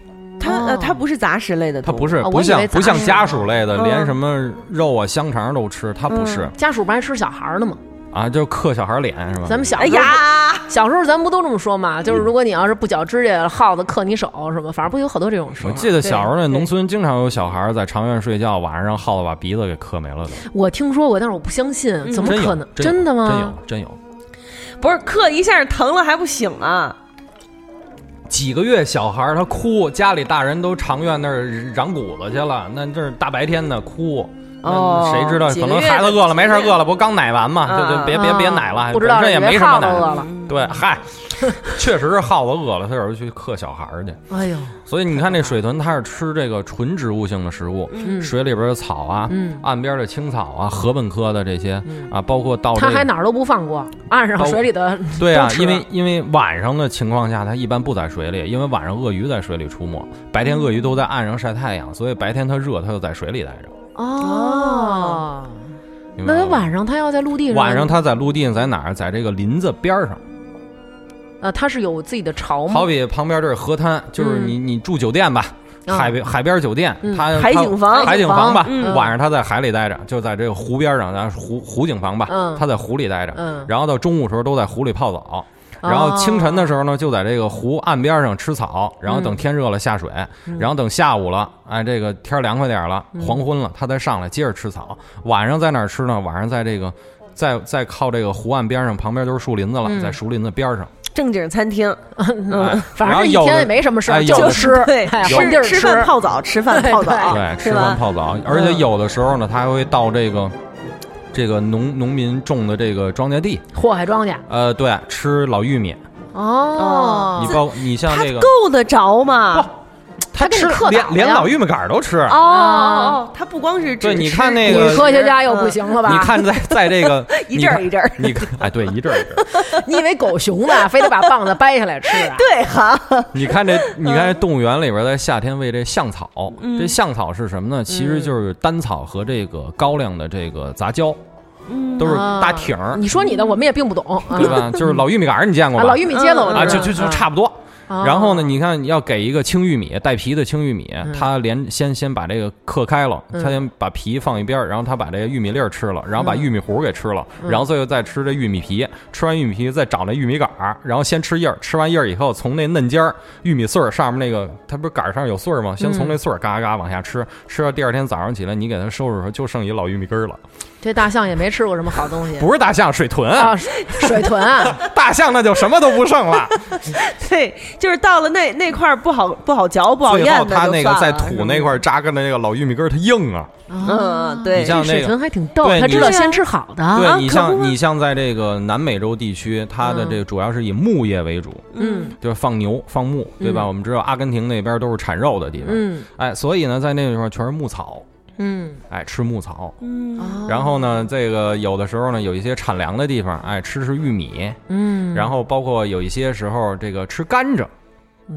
E: 他、呃
F: 哦
E: 他不是杂食类的
G: 它
E: 动物，
G: 不是
F: 啊我
G: 不
F: 以
G: 像
F: 为
G: 不像
F: 杂食
G: 家属类的，
E: 嗯
G: 连什么肉啊、香肠都吃，它不是
F: 家属不还吃小孩儿呢吗？
G: 啊，就克小孩脸是吧？
F: 咱们小
E: 哎
F: 时候
E: 呀，
F: 小时候咱不都这么说嘛？就是如果你要是不绞指甲，耗子克你手什么，反正不有好多这种说
G: 我
F: 法。
G: 记得小时候那
F: 对
G: 农村经常有小孩在长院睡觉，晚上让耗子把鼻子给磕没了的，
F: 我听说过，但是我不相信，怎么
G: 嗯真有
F: 可能？
G: 真有
F: 的
G: 真
F: 吗？
G: 有真有，
E: 不是磕一下疼了还不醒啊？
G: 几个月小孩儿他哭，家里大人都长院那儿嚷骨子去了，那这是大白天的哭。
E: 哦
G: 那谁知道？
E: 几
G: 可
E: 个
G: 能
E: 月
G: 孩子饿了，
E: 的
G: 没事儿
E: 几个月
G: 饿了，不刚奶完嘛，
E: 啊
G: 就就别别别奶了，
F: 啊不知
G: 本
F: 道
G: 身也没什
F: 以
G: 么
F: 为耗子饿
G: 奶。
F: 了。
G: 对，嗨，确实是耗子饿了，他有时候去克小孩儿去。
F: 哎呦，
G: 所以你看，这水豚它是吃这个纯植物性的食物，
F: 嗯
G: 水里边的草啊，
F: 嗯，
G: 岸边的青草啊，禾本科的这些
F: 嗯
G: 啊，包括到这
F: 它还
G: 个
F: 哪儿都不放过，岸上水里的
G: 对啊
F: 都，吃
G: 因为因为晚上的情况下，它一般不在水里，因为晚上鳄鱼在水里出没，白天鳄鱼都在岸上晒太阳，所以白天它热，它就在水里待着。
F: 哦。
G: 明白
F: 那它
G: 吗
F: 晚上它要在陆地上，
G: 晚上它在陆地上在哪儿？在这个林子边儿上，
F: 呃，它是有自己的巢吗
G: 好？比旁边这儿河滩，就是你你住酒店吧，
F: 啊
G: 海边海边酒店，
F: 嗯
G: 它它
E: 海景房
G: 海景
F: 房
G: 吧，
F: 嗯
G: 晚上它在海里待着，就在这个湖边上，咱湖湖景房吧
F: 嗯，
G: 它在湖里待着，
F: 嗯，
G: 然后到中午时候都在湖里泡澡。然后清晨的时候呢，就在这个湖岸边上吃草，然后等天热了下水，
F: 嗯
G: 然后等下午了，哎，这个天儿凉快点儿了，黄昏了，它再上来接着吃草。晚上在哪儿吃呢？晚上在这个，在在靠这个湖岸边上，旁边就是树林子了，
F: 嗯
G: 在树林子边上，
E: 正经餐厅，
G: 哎
F: [LAUGHS] 反
G: 然后
F: 正一
G: 有
F: 天
G: 的
F: 也没什么事
G: 哎
F: 儿，
G: 有
F: 就
G: 的
F: 吃，
E: 对，
F: 哎
E: 吃
F: 换地儿吃
E: 饭泡澡，吃饭泡澡，
F: 啊
G: 对，吃
E: 是吧
G: 完泡澡，而
F: 嗯
G: 且有的时候呢，它还会到这个。这个农农民种的这个庄稼地，
F: 祸害庄稼。
G: 呃，对，吃老玉米，
F: 哦
G: 你，包你像
E: 他
G: 这个，
E: 够得着吗？
F: 他给你
G: 吃
F: 刻
G: 连
F: 档
G: 连
F: 呀
G: 老玉米杆儿都吃，
E: 哦，他不光是只
G: 啊对，你看
E: 吃
G: 那
F: 女
G: 个
F: 科学
E: 啊
F: 家又不行了吧？
G: 你
F: [LAUGHS]
G: 看在在这个
E: 一阵儿一阵儿，
G: 你看你看哎，对，一阵儿一阵儿。
F: 你以为狗熊呢，非得把棒子掰下来吃
G: [LAUGHS]
F: 啊？
E: 对哈，
G: 你看这，你
F: 嗯
G: 看这动物园里边，在夏天喂这象草，这象草是什么呢？其
F: 嗯
G: 实就是丹草和这个高粱的这个杂交，都是大挺
F: 啊
G: 儿，
F: 你说你的，我们也并不懂啊
G: [LAUGHS] 对。吧？就是老玉米杆儿，你见过
F: 啊，
G: 吧
F: 老？玉米秸秆我知道
G: 啊，就就就差不多。
E: 哦
F: 啊
G: 然后呢，你看你要给一个青玉米带皮的青玉米，
E: 嗯
G: 它连先先把这个嗑开了，它先把皮放一边儿，然后它把这个玉米粒儿吃了，然后把玉米糊给吃了，
E: 嗯
G: 然后最后再吃这玉米皮，吃完玉米皮再找那玉米杆儿，然后先吃叶儿，吃完叶儿以后，从那嫩尖儿玉米穗儿上面那个，它不是杆儿上有穗
E: 嗯
G: 儿吗？先从那穗儿嘎嘎往下吃，吃到第二天早上起来，你给它收拾的时候，就剩一老玉米根儿
E: [LAUGHS]
G: 了，
F: 这大象也没吃过什么好东西
G: 不是大象，水豚
F: 啊，水豚啊，
G: [LAUGHS]
E: [LAUGHS]
G: 大象那就什么都不剩了。
E: 对，就是到了那那块儿不好不好嚼 [LAUGHS] 不好
G: 最后
E: 咽的，
G: 它那个在土那块儿扎根的那个老玉米根儿，它硬啊。
E: 嗯，对
G: 你，像那
F: 水
G: 个
F: 豚，还挺逗，
G: 对
F: 它
G: 你
F: 知道先吃好的。
G: 对
E: 啊
G: 你
E: 可
G: 像
E: 不嘛
G: 你像在这个南美洲地区，它的
F: 嗯
G: 这个主要是以牧业为主，
F: 嗯
G: 就是放牛放牧，对吧？我们知道阿根廷那边都是产肉的地方，
F: 嗯
G: 哎，所以呢，在那地方全是牧草，
F: 嗯，
G: 哎，吃牧草。
F: 哦
G: 然后呢，这个有的时候呢，有一些产粮的地方，哎，吃吃玉米，
F: 嗯，
G: 然后包括有一些时候这个吃甘蔗，
F: 嗯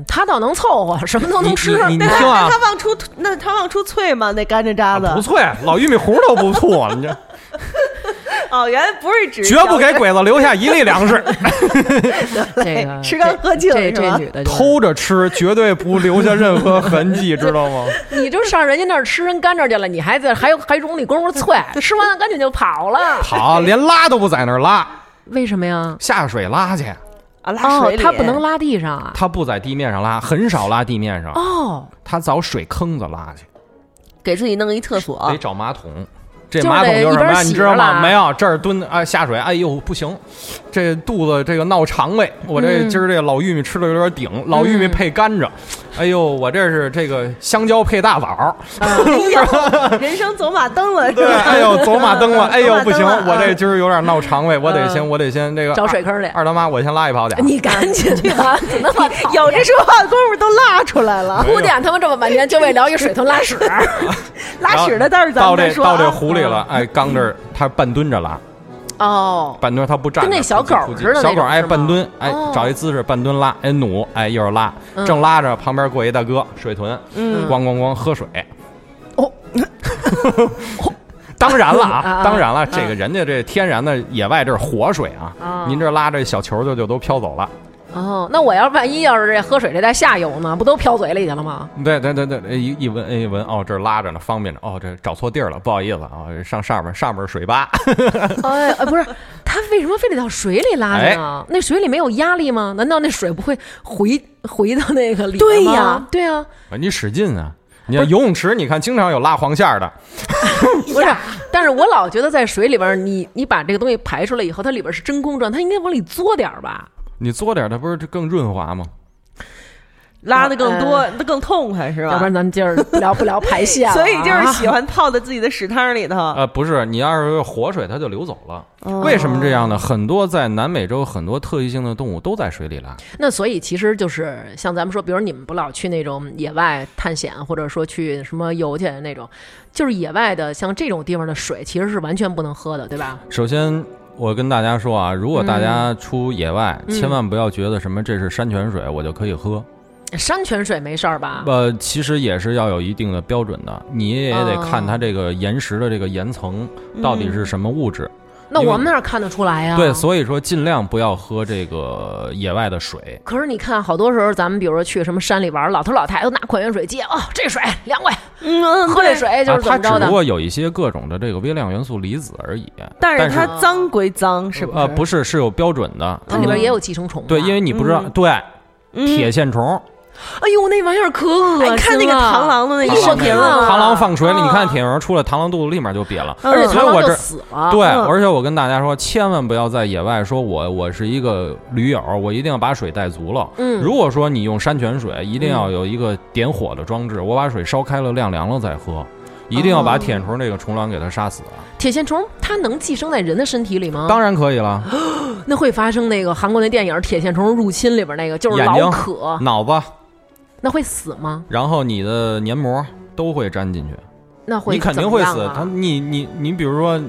F: 它倒能凑合，什么都
G: 你
F: 能吃。
G: 你你
E: 那
G: 听
E: 他
G: 啊
E: 他。往出那他往出啐吗？那甘蔗渣子
G: 不脆，老玉米糊都不吐，你这
E: 哦，原来不是只
G: 绝不给鬼子留下一粒粮食。
F: 这个
E: 吃干喝净
F: [LAUGHS] 这
E: 是
F: 这
E: 吧
F: 女的就是
G: 偷着吃，绝对不留下任何痕迹，知道吗？
F: [LAUGHS] 你就上人家那儿吃人甘蔗去了，你还在还有还容里咣咣
G: [LAUGHS]
F: 踹，吃完了赶紧就跑了，
G: 好，连拉都不在那儿拉，
F: 为什么呀？
G: 下水拉去，
E: 啊拉
F: 哦
E: 水，里，
F: 它不能拉地上啊。
G: 他不在地面上拉，很少拉地面上，
F: 哦，
G: 他找水坑子拉去，
E: 给自己弄一厕所
G: 得，找马桶。这
F: 就是
G: 马桶
F: 得
G: 就
F: 一
G: 是什
F: 边
G: 么呀？
F: 洗
G: 你知道
F: 着
G: 吗？
F: 拉
G: 没有，这儿蹲啊下水，哎呦不行，这肚子这个闹肠胃，我这
F: 嗯
G: 今儿这老玉米吃的有点顶，老玉米
E: 嗯
G: 配甘蔗，哎呦我这是这个香蕉配大枣儿，
E: 人生走马灯了，是
G: 对，
E: 吧？
G: [LAUGHS] 哎呦走马灯了，哎呦不行，
E: [LAUGHS] 走马灯了啊
G: 我这今儿有点闹肠胃，我得先
E: 嗯
G: 我得先这个
F: 找水坑去。
G: 二大妈，我先拉一泡去啊。
F: 你赶紧去吧，怎么那么讨厌
E: 有这说话功夫都拉出来了，
F: 姑娘他们这么半天就为聊一水桶拉
G: [LAUGHS]
F: 屎，
E: 拉屎的待会儿咱
G: 到
E: 们
G: 这
E: 再说
G: 到
E: 啊。
G: 这湖里了，哎，刚这儿他半蹲着拉，
F: 哦，
G: 半蹲他不站着，
F: 跟那小狗
G: 扑叽
F: 似的那
G: 小
F: 种
G: 狗哎
F: 是吗
G: 半蹲，哎
F: 哦
G: 找一姿势半蹲拉，哎努，哎一会儿拉，
F: 嗯
G: 正拉着旁边过一大哥水豚，
E: 嗯
G: 咣咣咣喝水，
F: 哦，
G: [LAUGHS] 当然了
F: 啊
G: 啊，
F: 啊
G: 当然了，
F: 啊
G: 这个人家这天然的野外这是活水啊
F: 啊，
G: 您这拉这小球就就都飘走了，
F: 哦，那我要万一要是这喝水这在下游呢，不都飘嘴里去了吗？
G: 对对对对，哎一一闻哎一闻哦这儿拉着呢，方便着，哦这找错地儿了，不好意思啊，上上面上面是水坝， [LAUGHS]
F: [LAUGHS] 哎，哎不是，他为什么非得到水里拉着呢？那水里没有压力吗？难道那水不会回回到那个里面吗？
E: 对呀
F: 对呀、
G: 你使劲啊。你看游泳池，你看经常有拉黄线儿的，
F: 不是。但是我老觉得在水里边儿，你你把这个东西排出来以后，它里边儿是真空状，它应该往里嘬点儿吧？
G: 你嘬点儿它不是更润滑吗？
E: 拉的更多，那更痛快是
F: 要不
E: 吧
F: 然？咱们今儿聊不聊排泄了啊、
E: [LAUGHS] 所以就是喜欢泡在自己的屎汤里
F: 啊
E: 头。
G: 呃，不是，你要是活水，它就流走了。
F: 哦
G: 为什么这样呢？很多在南美洲，很多特异性的动物都在水里拉。
F: 那所以其实就是像咱们说，比如你们不老去那种野外探险，或者说去什么游去那种，就是野外的像这种地方的水其实是完全不能喝的，对吧？
G: 首先，我跟大家说啊，如果大家出野外，
F: 嗯
G: 千万不要觉得什么这是山泉水，我就可以喝。
F: 山泉水没事儿吧？
G: 呃，其实也是要有一定的标准的，你也得
F: 哦嗯
G: 看它这个岩石的这个岩层到底是什么物质。
F: 那我们哪儿看得出来呀、
G: 对，所以说尽量不要喝这个野外的水。
F: 可是你看，好多时候咱们比如说去什么山里玩，老头老太太都拿矿泉水机，哦，这水凉快，
E: 嗯，
F: 喝这
E: 对。
F: 水就是怎么
G: 啊它
F: 着
G: 只
F: 的
G: 不。过有一些各种的这个微量元素离子而已。
E: 但是
G: 但是
E: 它脏归脏，是吧？
G: 呃，不是，是有标准的。
F: 它里边也有寄生虫吧。
G: 嗯对，因为你不知道，
E: 嗯
G: 对，
E: 嗯
G: 铁线虫，
F: 哎呦，那玩意儿可恶心
E: 哎
F: 了。
E: 看那个螳，螂的那
F: 你
E: 一
F: 哎是
E: 视
F: 射
G: 螳螂
E: 频
F: 频
E: 了
F: 了
E: 吗？
G: 螳螂放水，
F: 啊
G: 你看铁线虫出来，螳螂肚子立马就瘪了。
E: 嗯
F: 而且
G: 所以
F: 螳
G: 我
F: 螂
G: 这
F: 就死了。
G: 对，
E: 嗯
G: 而且我跟大家说，千万不要在野外说我我是一个驴友，我一定要把水带足了。
F: 嗯
G: 如果说你用山泉水，一定要有一个点火的装置，我把水烧开了晾凉了再喝，一定要
F: 哦
G: 把铁线虫这个虫卵给它杀死。啊
F: 铁线虫它能寄生在人的身体里吗？
G: 当然可以了，
F: [LAUGHS] 那会发生那个韩国那电影《铁线虫入侵》里边那个，就是
G: 眼
F: 老
G: 睛嗯
F: 渴，
G: 脑子，
F: 那会死吗？
G: 然后你的黏膜都会粘进去。
F: 那会
G: 你肯定
F: 怎么
G: 会
F: 样
G: 死
F: 啊。
G: 他你你你，比如说，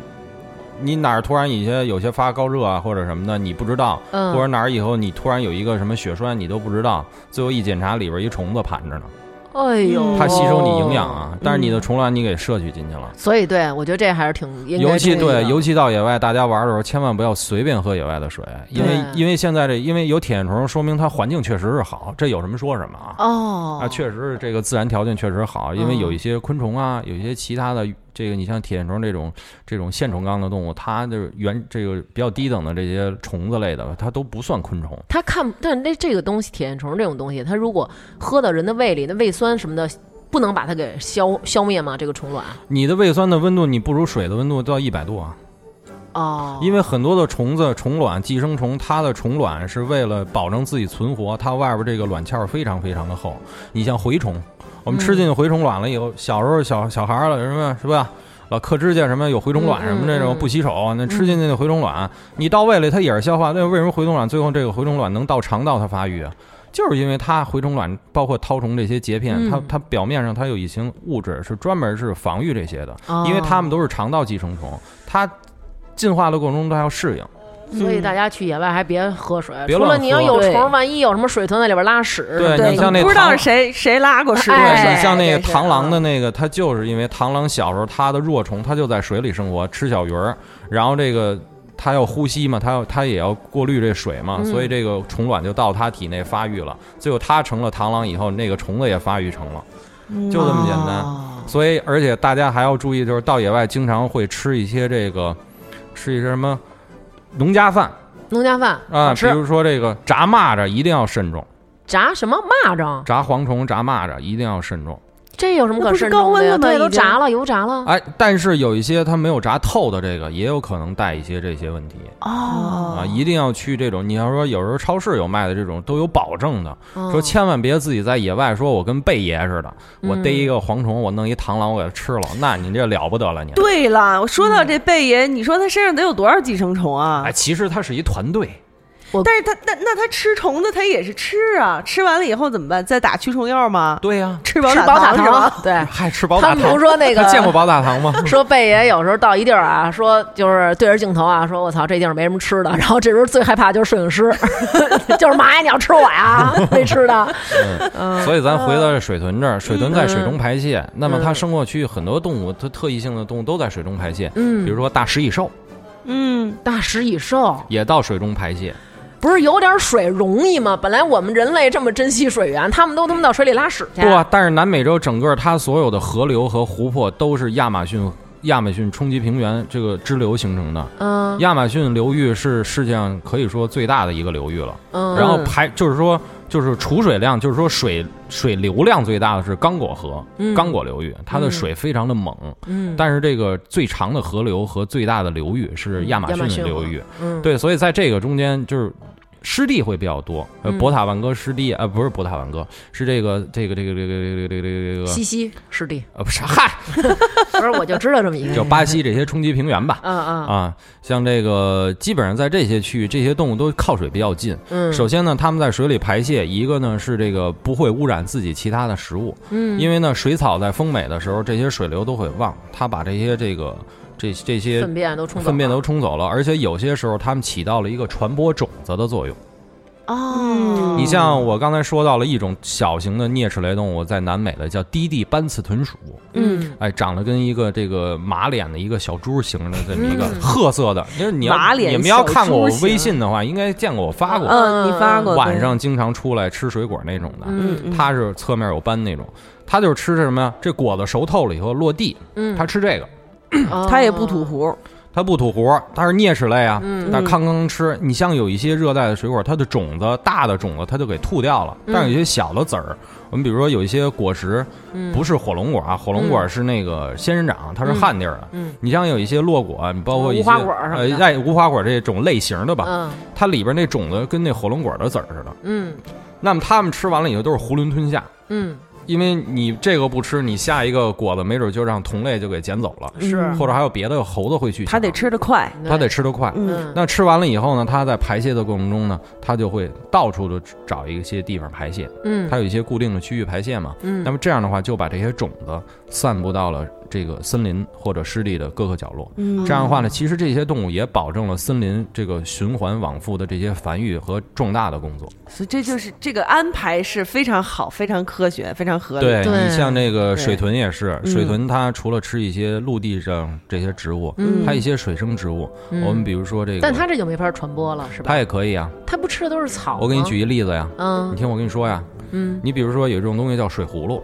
G: 你哪儿突然一些有些发高热啊，或者什么的，你不知道，
F: 嗯
G: 或者哪儿以后你突然有一个什么血栓，你都不知道，最后一检查里边一虫子盘着呢，
F: 哎呦，
G: 它吸收你营养啊，但是你的
F: 嗯
G: 虫卵你给摄取进去了。
F: 所以对我觉得这还是挺嗯应该
G: 尤其
F: 注意的
G: 对，尤其到野外，大家玩的时候千万不要随便喝野外的水，因为
F: 对
G: 因为现在这因为有铁线虫，说明它环境确实是好，这有什么说什么啊。
F: 哦
G: 啊，确实是这个自然条件确实好，因为
F: 嗯
G: 有一些昆虫啊，有一些其他的这个，你像铁线虫这种这种线虫纲的动物，它的原这个比较低等的这些虫子类的，它都不算昆虫。
F: 它看，但那这个东西，铁线虫这种东西，它如果喝到人的胃里，那胃酸什么的，不能把它给消消灭吗？这个虫卵
G: 你的胃酸的温度，你不如水的温度到一百度啊，
F: 哦，
G: 因为很多的虫子虫卵寄生虫，它的虫卵是为了保证自己存活，它外边这个卵鞘非常非常的厚。你像蛔虫，我
F: 嗯
G: 们吃进蛔虫卵了以后，小时候小小孩儿了什么是吧？老磕指甲什么有蛔虫卵
F: 嗯
G: 什么这
F: 嗯
G: 种
F: 嗯
G: 不洗手，那吃进去的蛔虫卵，你到胃里它也是消化。那为什么蛔虫卵最后这个蛔虫卵能到肠道它发育啊？就是因为它蛔虫卵包括绦虫这些节片，
F: 嗯
G: 它它表面上它有一层物质是专门是防御这些的，
F: 哦
G: 因为它们都是肠道寄生虫，它进化的过程中它要适应。
F: 所以大家去野外还别喝水，
G: 嗯别
F: 除
G: 乱
F: 了你要
G: 喝
F: 有
E: 对
F: 虫，万一有什么水豚在里边拉屎，
G: 对
E: 对，
G: 你像那
E: 不知道
G: 螳
E: 是谁谁拉过屎
F: 哎
E: 的时
G: 对
E: 候
G: 你像那个
F: 这是嗯
G: 螳螂的那个，它就是因为螳螂小时候它的若虫，它就在水里生活，吃小鱼儿，然后这个它要呼吸嘛，它要它也要过滤这水嘛，
F: 嗯
G: 所以这个虫卵就到它体内发育了。最后它成了螳螂以后，那个虫子也发育成了，就
E: 嗯
G: 这么简单。
F: 哦
G: 所以，而且大家还要注意，就是到野外经常会吃一些这个，吃一些什么农家饭
F: 农家饭
G: 啊，
F: 好
G: 比
F: 吃
G: 如说这个炸蚂蚱，一定要慎重；
F: 炸什么蚂蚱？
G: 炸蝗虫、炸蚂蚱一定要慎重。
F: 这有什么
E: 那
F: 可
E: 不是
F: 慎
E: 高
F: 重
E: 温
F: 的呀？
E: 了吗
F: 对，都
E: 已经
F: 炸了，油炸了。
G: 哎，但是有一些它没有炸透的，这个也有可能带一些这些问题啊，
F: 哦，
G: 一定要去这种。你要说有时候超市有卖的这种都有保证的，
F: 嗯嗯
G: 说千万别自己在野外，说我跟贝爷似的，我逮一个蝗虫，我弄一螳螂，我给它吃了，那你这了不得了，你。
F: 啊
E: 对了，我说到这贝爷，你说他身上得有多少寄生虫啊
G: 嗯哎，？其实它是一团队，
E: 但是他那那他吃虫子，他也是吃啊，吃完了以后怎么办？再打驱虫药吗？
G: 对呀、
E: 吃饱
F: 吃
E: 打
F: 宝塔
E: 是吧？
F: 糖，对。
G: 还吃宝
F: 他
G: 塔
F: 们不
G: 糖
F: 是。
G: [LAUGHS]
F: 说那个
G: 他见过宝塔糖吗？
F: 说贝爷有时候到一地儿啊，说就是对着镜头啊，说我操这地儿没什么吃的， [LAUGHS] 然后这时候最害怕就是摄影师， [LAUGHS] 就是妈呀你要吃我呀没吃的，
G: [LAUGHS] 所以咱回到这水豚
F: 嗯
G: 这儿，水豚在水中排泄，那么它生活区域很多动物，它特异性的动物都在水中排泄，
F: 嗯
G: 比如说大食蚁兽
E: 嗯，
F: 大食蚁兽
G: 也到水中排泄，
F: 不是有点水容易吗？本来我们人类这么珍惜水源，他们都他妈到水里拉屎去，
G: 不啊，但是南美洲整个它所有的河流和湖泊都是亚马逊亚马逊冲积平原这个支流形成的，
F: 嗯
G: 亚马逊流域是世界上可以说最大的一个流域了，
F: 嗯，
G: 然后排就是说就是储水量，就是说水水流量最大的是刚果河
F: 嗯
G: 刚果流域，它的
F: 嗯
G: 水非常的猛，
F: 嗯
G: 但是这个最长的河流和最大的流域是亚马
F: 嗯亚马
G: 逊
F: 逊
G: 流域，
F: 嗯
G: 对，所以在这个中间就是湿地会比较多。呃，
F: 嗯
G: 博塔万戈湿地，呃，不是博塔万戈，是这个这个这个这个这个这个这个这个
F: 西西师弟，
G: 呃，不是，嗨，
F: 不是我就知道这么一个人，
G: 就巴西这些冲积平原吧。
F: 嗯哎嗯
G: 啊，像这个基本上在这些区域，这些动物都靠水比较近。
F: 嗯，
G: 首先呢，它们在水里排泄，一个呢是这个不会污染自己其他的食物，
F: 嗯
G: 因为呢水草在丰美的时候，这些水流都会旺，它把这些这个这这些
F: 粪便都冲走了
G: 粪便都冲走了，而且有些时候它们起到了一个传播种子的作用。
F: 哦，
G: 你
E: 嗯
G: 像我刚才说到了一种小型的啮齿类动物，在南美的叫低地斑刺豚鼠，
F: 嗯
G: 哎，长得跟一个这个马脸的一个小猪形的这么一个褐色的，就是你
E: 嗯
G: 要
E: 马脸
G: 你们要看过我
E: 小猪形
G: 微信的话，应该见过我发过，
E: 嗯，你发过
G: 晚，上经常出来吃水果那种的，
F: 嗯
G: 它是侧面有斑那种，它就是吃什么呀？这果子熟透了以后落地，
F: 嗯，
G: 它吃这个。
F: 哦
E: 他也不吐核，
G: 它不吐核，它是啮齿类啊，
F: 嗯
G: 但康康吃。你像有一些热带的水果，它的种子大的种子它就给吐掉了，
F: 嗯
G: 但是有些小的籽儿，我们比如说有一些果实，
F: 嗯
G: 不是火龙果啊，火龙果是那个仙人掌，它是旱地儿的。
F: 嗯
G: 你像有一些落果，你包括一些
F: 无花果什么的
G: 呃，哎，无花果这种类型的吧，
F: 嗯
G: 它里边那种子跟那火龙果的籽儿似的。
F: 嗯
G: 那么它们吃完了以后都是囫囵吞下。
F: 嗯，
G: 因为你这个不吃，你下一个果子没准就让同类就给捡走了，
F: 是
G: 或者还有别的猴子会去抢。啊
E: 他得吃得快，
G: 它得吃得快。
F: 嗯
G: 那吃完了以后呢，它在排泄的过程中呢，它就会到处的找一些地方排泄，
F: 嗯
G: 它有一些固定的区域排泄嘛。
F: 嗯
G: 那么这样的话，就把这些种子散布到了这个森林或者湿地的各个角落。
E: 嗯
G: 这样的话呢，其实这些动物也保证了森林这个循环往复的这些繁育和壮大的工作。
E: 所以这就是这个安排是非常好、非常科学、非常合理。
G: 对
F: 对
G: 你像那个
E: 对
G: 水豚也是，
E: 嗯
G: 水豚它除了吃一些陆地上这些植物，
F: 嗯
G: 它一些水生植物，
F: 嗯
G: 我们比如说这个，
F: 但它这就没法传播了，是吧？
G: 它也可以啊。
F: 它不吃的都是草吗。
G: 我给你举一例子呀，你
F: 啊嗯
G: 听我跟你说呀，
F: 嗯
G: 你比如说有一种东西叫水葫芦，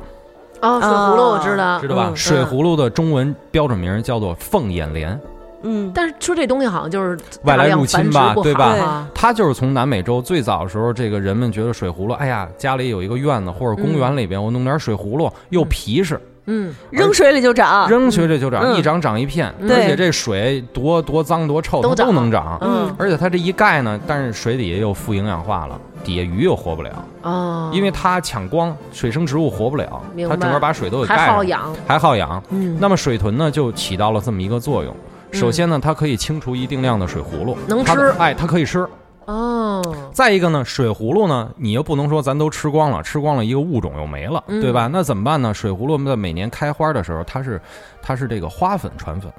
F: 哦，水葫芦我知道，
G: 知道吧？
F: 嗯
G: 水葫芦的中文标准名叫做凤眼莲，
E: 嗯，
F: 但是说这东西好像就是
G: 外
F: 大
G: 来
F: 量
G: 入
F: 繁
G: 侵
F: 殖
G: 吧，
F: 不
G: 对
F: 好
G: 吧
F: 啊？
G: 它就是从南美洲最早的时候，这个人们觉得水葫芦，哎呀，家里有一个院子或者公园里边，我弄点水葫芦，又皮实，
F: 嗯
E: 扔水里就长，
G: 扔水里就长，
E: 嗯
G: 一长长一片，
F: 啊嗯
G: 而且
E: 对
G: 这水多多脏多臭它
F: 都长
G: 都能长。
F: 嗯
G: 而且它这一盖呢，但是水底下又富营养化了，底下鱼又活不了，
F: 哦，
G: 因为它抢光，水生植物活不了，
F: 明
G: 它
F: 白
G: 整个把水都给盖
F: 还好
G: 上，
F: 养，
G: 还好养。
F: 嗯，
G: 啊那么水豚呢，就起到了这么一个作用。首
F: 嗯
G: 先呢，它可以清除一定量的水葫芦，
F: 能
G: 它的
F: 吃
G: 哎，它可以吃。
F: 哦，
G: 再一个呢，水葫芦呢，你又不能说咱都吃光了，吃光了一个物种又没了，
F: 嗯
G: 对吧？那怎么办呢？水葫芦在每年开花的时候，它是它是这个花粉传粉，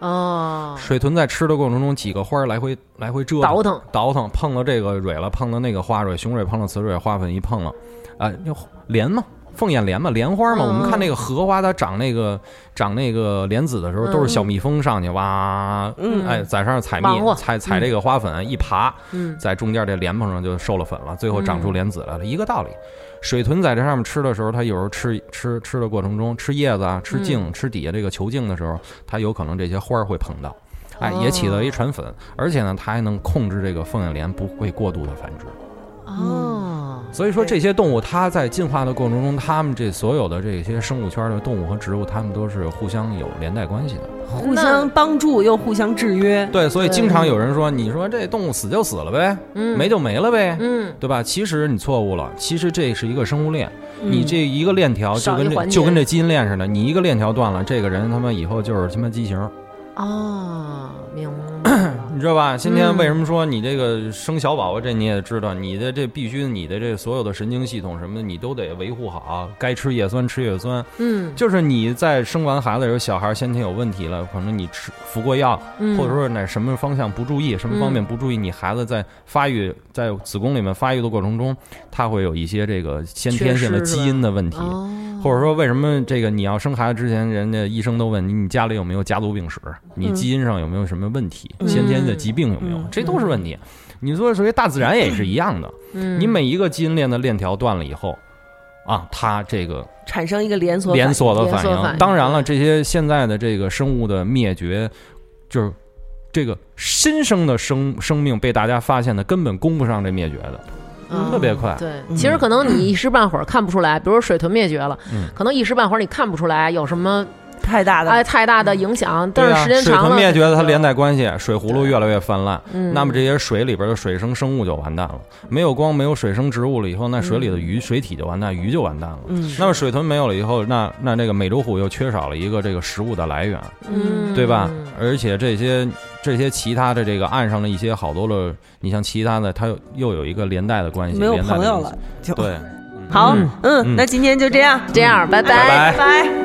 F: 哦，
G: 水豚在吃的过程中，几个花儿来回来回折
F: 倒腾，
G: 倒腾，碰了这个蕊了，碰了那个花蕊，雄蕊碰了雌蕊，花粉一碰了，啊、就莲嘛，凤眼莲嘛，莲花嘛。
F: 嗯
G: 我们看那个荷花，它长那个长那个莲子的
F: 嗯
G: 时候，都是小蜜蜂上去哇，
E: 嗯
G: 哎，在上面采蜜
F: 忙活，
G: 采采这个花粉，一爬，
F: 嗯
G: 在中间这莲蓬上就授了粉了，最后长出莲子来了，一个道理。水豚在这上面吃的时候，它有时候吃吃吃的过程中，吃叶子啊，吃茎，吃底下这个球茎的时候，它有可能这些花儿会碰到，哎，也起到一传粉，而且呢，它还能控制这个凤眼莲不会过度的繁殖。
F: 哦。
G: 所以说这些动物它在进化的过程中，它们这所有的这些生物圈的动物和植物，它们都是互相有连带关系的。
E: 互相帮助又互相制约。
G: 对，所以经常有人说，你说这动物死就死了呗，
F: 嗯
G: 没就没了呗，
F: 嗯，
G: 对吧？其实你错误了，其实这是一个生物链，你
E: 嗯
G: 这一个链条就
F: 少一
G: 跟这
F: 环节
G: 就跟这基因链似的，你一个链条断了，这个人他妈以后就是他妈畸形，
F: 哦，明白
G: [COUGHS]
F: 了。
G: 你知道吧？今天
F: 嗯
G: 为什么说你这个生小宝宝这你也知道，你的这必须你的这所有的神经系统什么的你都得维护好，该吃叶酸吃叶酸，
F: 嗯
G: 就是你在生完孩子有小孩先天有问题了，可能你吃服过药，
F: 嗯，
G: 或者说哪什么方向不注意，什么方面不注意，你孩子在发育在子宫里面发育的过程中，他会有一些这个先天性的
F: 缺失是吧
G: 基因的问题，
F: 哦，
G: 或者说为什么这个你要生孩子之前，人家医生都问你，你家里有没有家族病史，你基因上有没有什么问题，
E: 嗯
G: 先天的疾病有没有
E: 嗯，
G: 这都是问题。你说所谓大自然也是一样的，
F: 嗯
G: 哎你每一个基因链的链条断了以后。啊，它这个
E: 产生一个连锁反应
G: 连锁的
F: 连
G: 反
F: 锁
G: 应。
F: 反应
G: 当然了，这些现在的这个生物的灭绝，就是这个新生的生生命被大家发现的，根本供不上这灭绝的。
F: 嗯
G: 特别快
F: 对，
E: 嗯
F: 其实可能你一时半会儿看不出来，比如说水豚灭绝了
G: 嗯，
F: 可能一时半会儿你看不出来有什么
E: 太大的
F: 哎太大的影响，
G: 对
F: 但是
G: 啊
F: 时间
G: 水
F: 长
G: 豚
F: 了，
G: 灭绝了，它连带关系，水葫芦越来越泛滥，
F: 嗯
G: 那么这些水里边的水生生物就完蛋了。没有光，没有水生植物了以后，那水里的
F: 嗯
G: 鱼、水体就完蛋，鱼就完蛋了。
E: 嗯
G: 那么水豚没有了以后，那那这个美洲虎又缺少了一个这个食物的来源，
F: 嗯
G: 对吧？而且这些这些其他的这个岸上的一些好多了，你像其他的，它又又有一个连带的关系，
E: 没有
G: 连带的
E: 朋友
G: 影响
E: 了，就
G: 对，
E: 好
G: 嗯，
E: 嗯，那今天就这样，
F: 这样，拜
G: 拜拜
E: 拜。